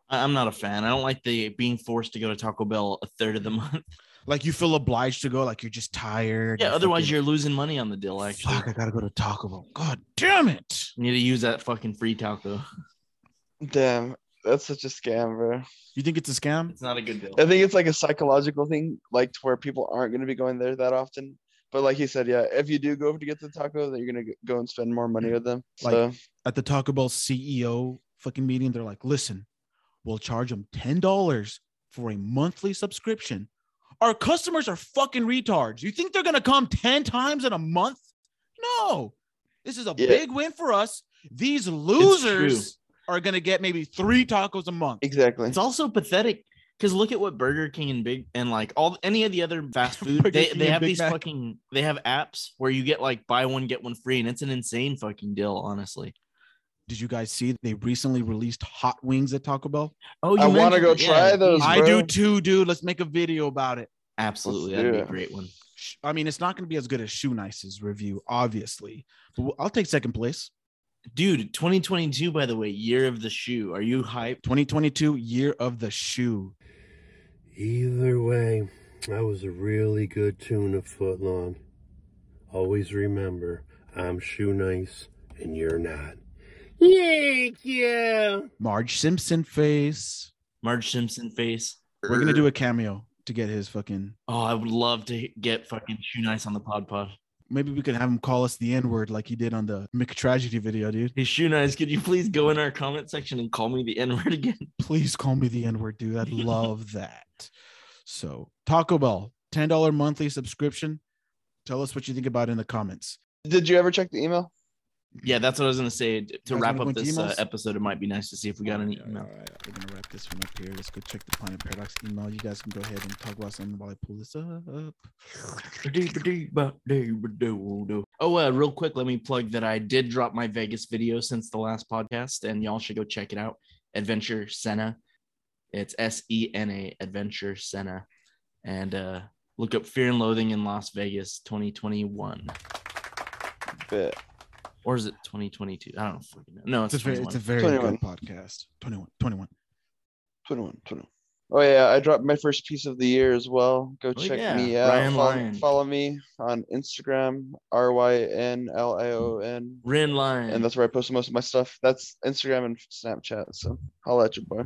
I- I'm not a fan. I don't like the being forced to go to Taco Bell a third of the month.
Like you feel obliged to go. Like you're just tired.
yeah,
you
otherwise
fucking-
you're losing money on the deal, actually.
Fuck, I gotta go to Taco Bell. God damn it.
You need to use that fucking free taco.
Damn. That's such a scam, bro.
You think it's a scam?
It's not a good deal.
I think it's like a psychological thing, like to where people aren't going to be going there that often. But like he said, yeah, if you do go to get the taco, then you're going to go and spend more money with them.
Like-
so
at the Taco Bell CEO fucking meeting, they're like, listen, we'll charge them $10 for a monthly subscription. Our customers are fucking retards. You think they're going to come 10 times in a month? No. This is a
Yeah.
big win for us. These losers are going to get maybe three tacos a month.
exactly.
It's also pathetic because look at what Burger King and Big and like all any of the other fast food
Burger
they,
King
they
and
have
Big
these
Mac.
fucking they have apps where you get like buy one get one free and it's an insane fucking deal honestly.
Did you guys see they recently released hot wings at Taco Bell?
Oh,
I want to
mentioned
go
it, yeah.
try those.
I
bro.
do too, dude. Let's make a video about it.
Absolutely,
Let's
that'd
do
be a
it.
great one.
Sh- I mean, it's not going to be as good as Shoe Nice's review, obviously, but I'll take second place.
Dude, 2022 by the way, year of the shoe. Are you hyped?
2022 year of the shoe.
Either way, that was a really good tune of footlong. Always remember, I'm shoe nice and you're not. Thank you.
Marge Simpson face.
Marge Simpson face.
We're gonna do a cameo to get his fucking.
Oh, I would love to get fucking shoe nice on the pod pod.
Maybe we could have him call us the N word like he did on the Mick tragedy video, dude.
Hey, shoe nice, could you please go in our comment section and call me the N word again?
Please call me the N word, dude. I'd love that. So Taco Bell, ten dollar monthly subscription. Tell us what you think about it in the comments.
Did you ever check the email?
Yeah, that's what I was gonna say. To
guys
wrap
wanna
up
go
this
into
uh,
emails?
episode, it might be nice to see if we got any
All right,
email.
all right, We're gonna wrap this one up here. Let's go check the Planet Paradox email. You guys can go ahead and talk about something while I pull this up.
Oh, uh, real quick, let me plug that I did drop my Vegas video since the last podcast, and y'all should go check it out. Adventure Senna. It's S E N A Adventure Senna, and uh, look up Fear and Loathing in Las Vegas 2021,
But
or is it 2022? I don't fucking know. No, it's,
It's a very,
21.
it's a very
21.
good podcast. 21, 21.
21, 21. Oh yeah, I dropped my first piece of the year as well. Go
Oh,
check
yeah,
me out.
Ryan
follow,
Lyon.
follow me on Instagram, R Y N L I O N.
Ren Lion.
And that's where I post most of my stuff. That's Instagram and Snapchat. So holla at your boy.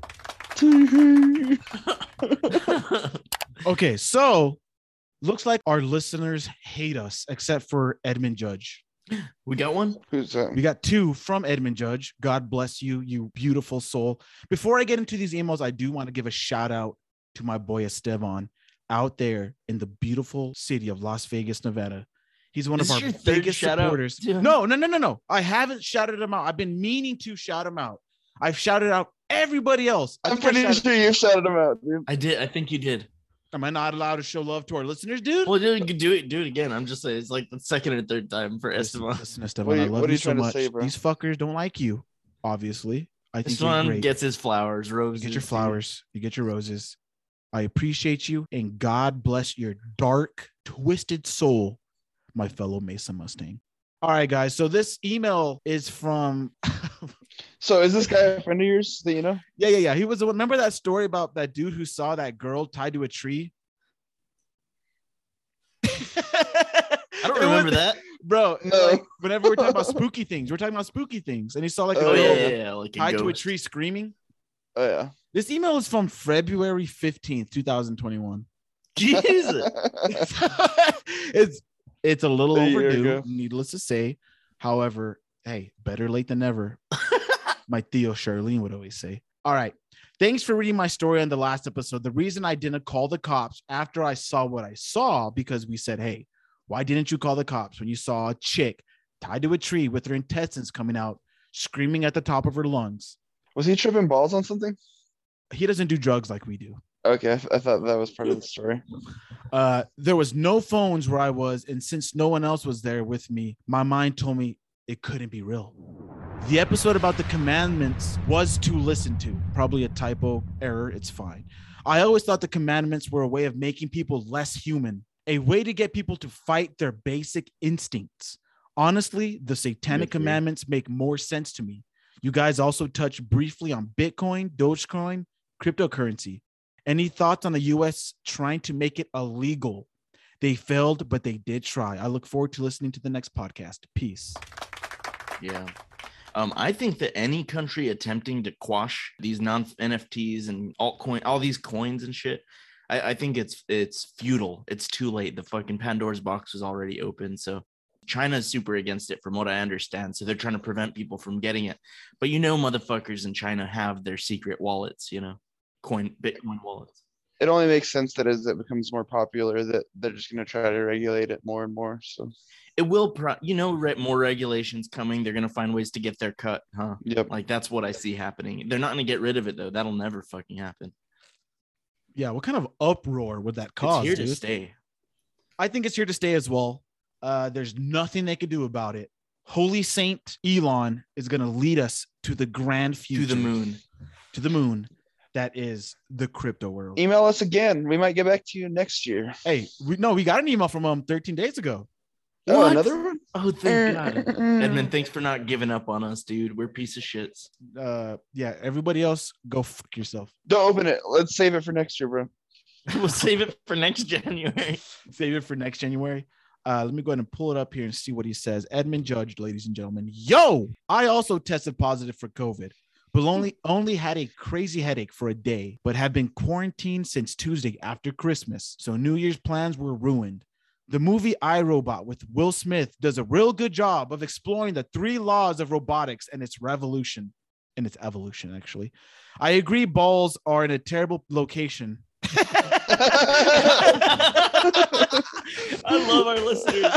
Okay, so looks like our listeners hate us except for Edmund Judge.
we got one.
Who's that?
We got two from Edmund Judge. God bless you, you beautiful soul. Before I get into these emails, I do want to give a shout out to my boy Esteban out there in the beautiful city of Las Vegas, Nevada. He's one
This
of
is
our
your third
biggest
shout out
supporters.
to him?
No, no, no, no, no. I haven't shouted him out. I've been meaning to shout him out. I've shouted out everybody else. I
I'm
think I
pretty
shouted-
sure you've shouted him out, dude.
I did. I think you did.
Am I not allowed to show love to our listeners, dude?
Well, dude, you do it, do it again. I'm just saying it's like the second or third time for
Listen,
Esteban.
listen, Esteban,
What are
I
you-
love
what are
you
you
so
trying to
much.
say, bro?
These fuckers don't like you, obviously. I think you're
Esteban
great.
gets his flowers, roses.
Get your flowers. You get your roses. I appreciate you, and God bless your dark, twisted soul, my fellow Mesa Mustang. All right, guys. So this email is from.
So is this guy a friend of yours that you know?
Yeah, yeah, yeah. He was the one. Remember that story about that dude who saw that girl tied to a tree?
I don't
It was-
remember that.
bro.
No.
Like, whenever we're talking about spooky things, we're talking about spooky things, and he saw like a
Oh,
Oh
girl
yeah,
yeah.
yeah, yeah, like a
tied to a
ghost.
tree screaming.
Oh yeah.
This email is from February fifteenth, two thousand twenty-one.
Jesus.
it's it's a little
A year
overdue,
ago.
needless to say. However, hey, better late than never. my Theo Charlene would always say. All right. Thanks for reading my story on the last episode. The reason I didn't call the cops after I saw what I saw, because we said, hey, why didn't you call the cops when you saw a chick tied to a tree with her intestines coming out, screaming at the top of her lungs?
Was he tripping balls on something?
He doesn't do drugs like we do.
Okay, I, f- I thought that was part of the story.
Uh, there was no phones where I was, and since no one else was there with me, my mind told me it couldn't be real. The episode about the commandments was to listen to, probably a typo error, it's fine. I always thought the commandments were a way of making people less human, a way to get people to fight their basic instincts. Honestly, the satanic
Yes, sir.
commandments make more sense to me. You guys also touched briefly on Bitcoin, Dogecoin, cryptocurrency. Any thoughts on the US trying to make it illegal? They failed, but they did try. I look forward to listening to the next podcast. Peace.
Yeah. Um, I think that any country attempting to quash these non NFTs and altcoin, all these coins and shit, I, I think it's it's futile. It's too late. The fucking Pandora's box was already open. So China's super against it, from what I understand. So they're trying to prevent people from getting it. But you know, motherfuckers in China have their secret wallets. You know, coin Bitcoin wallets.
It only makes sense that as it becomes more popular, that they're just gonna try to regulate it more and more. So
It will, pro- you know, re- more regulations coming. They're gonna find ways to get their cut, huh?
yep.
Like that's what I see happening. They're not gonna get rid of it though. That'll never fucking happen.
Yeah, what kind of uproar would that cause?
it's here to
dude?
stay.
I think it's here to stay as well. Uh, there's nothing they could do about it. Holy Saint Elon is going to lead us to the grand future,
To the moon.
to the moon. That is the crypto world.
Email us again. We might get back to you next year.
Hey, we, no, we got an email from him 13 days ago.
Oh,
What?
another one.
Oh, thank God. And then thanks for not giving up on us, dude. We're piece of shits.
Uh, yeah, everybody else, go fuck yourself.
Don't open it. Let's save it for next year, bro.
we'll save it for next January.
Save it for next January. Uh, let me go ahead and pull it up here and see what he says. Edmund Judge, ladies and gentlemen. Yo, I also tested positive for COVID, but only only had a crazy headache for a day, but have been quarantined since Tuesday after Christmas. So New Year's plans were ruined. The movie iRobot with Will Smith does a real good job of exploring the three laws of robotics and its revolution and its evolution, actually. I agree balls are in a terrible location.
I love our listeners.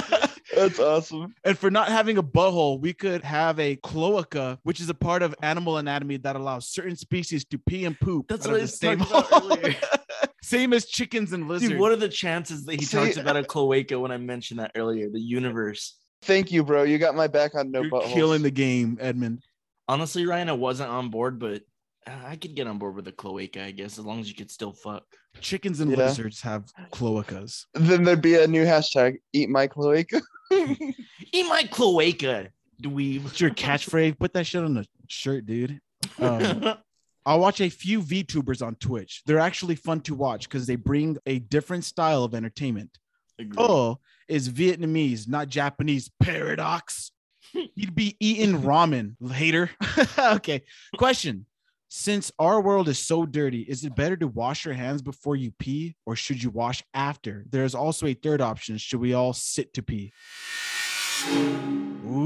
That's awesome.
And for not having a butthole, we could have a cloaca, which is a part of animal anatomy that allows certain species to pee and poop.
That's
out
what
of
I
the
was talking
same
about
hole.
earlier.
same as chickens and lizards.
Dude, what are the chances that he
See-
talks about a cloaca when I mentioned that earlier? The universe.
Thank you, bro. You got my back on no
You're
buttholes.
killing the game, Edmund.
Honestly, Ryan, I wasn't on board, but uh, I could get on board with a cloaca, I guess, as long as you could still fuck.
Chickens and
Yeah.
lizards have cloacas.
Then there'd be a new hashtag. Eat my cloaca.
Eat my cloaca, dweeb.
It's your catchphrase. Put that shit on a shirt, dude. Um, I watch a few VTubers on Twitch. They're actually fun to watch because they bring a different style of entertainment.
Agreed.
Oh, is Vietnamese, not Japanese. Paradox. He'd be eating ramen, hater. okay. Question. Since our world is so dirty, is it better to wash your hands before you pee or should you wash after? There's also a third option. Should we all sit to pee?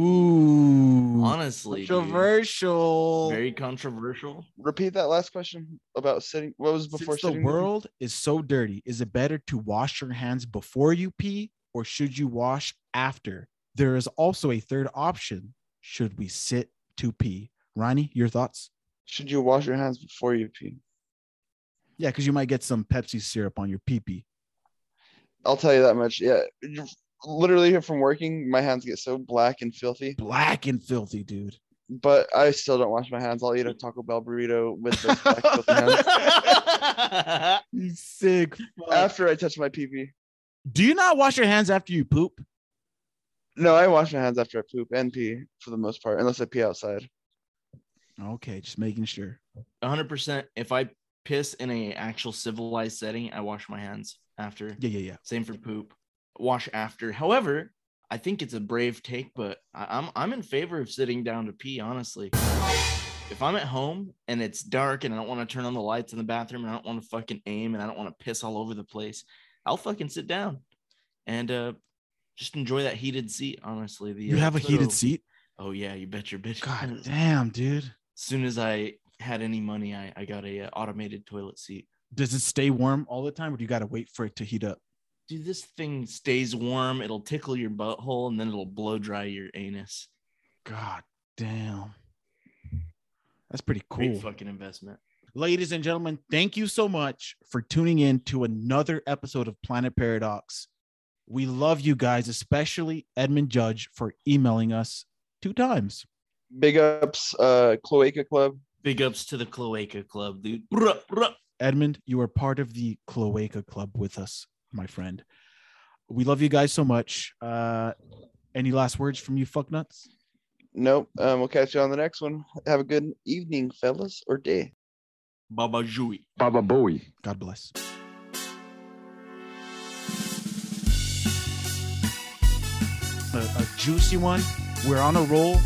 Ooh.
honestly, dude.
Controversial.
very controversial.
Repeat that last question about sitting. What was before
Since the
sitting? with me?
world is so dirty, is it better to wash your hands before you pee or should you wash after? There is also a third option. Should we sit to pee? Ronnie, your thoughts?
Should you wash your hands before you pee?
Yeah, because you might get some Pepsi syrup on your pee pee.
I'll tell you that much. Yeah. Literally here from working, my hands get so black and filthy,
Black and filthy, dude.
but I still don't wash my hands. I'll eat a Taco Bell burrito with those black filthy hands
You sick. fuck.
after I touch my pee pee.
Do you not wash your hands after you poop?
No, I wash my hands after I poop and pee for the most part, unless I pee outside.
Okay, just making sure.
100%. If I piss in a actual civilized setting, I wash my hands after.
Yeah, yeah, yeah.
Same for poop. Wash after. However, I think it's a brave take, but I, I'm I'm in favor of sitting down to pee. Honestly, if I'm at home and it's dark and I don't want to turn on the lights in the bathroom and I don't want to fucking aim and I don't want to piss all over the place, I'll fucking sit down and uh, just enjoy that heated seat. Honestly, the
You
uh,
have a
Pluto-
heated seat. Mm.
Oh yeah, you bet your bitch.
God damn, dude.
As soon as I had any money, I I got a uh, automated toilet seat.
Does it stay warm all the time, or do you gotta wait for it to heat up?
dude, this thing stays warm. It'll tickle your butthole and then it'll blow dry your anus.
God damn. That's pretty
Great
cool.
fucking investment.
Ladies and gentlemen, thank you so much for tuning in to another episode of Planet Paradox. We love you guys, especially Edmund Judge for emailing us two times.
Big ups, uh, Cloaca Club.
Big ups to the Cloaca Club, dude. Ruh, ruh.
Edmund, you are part of the Cloaca Club with us, my friend. We love you guys so much. Uh, any last words from you, fucknuts?
Nope. Um, we'll catch you on the next one. Have a good evening, fellas, or day.
Baba Jui.
Baba Bowie.
God bless. A, a juicy one. We're on a roll.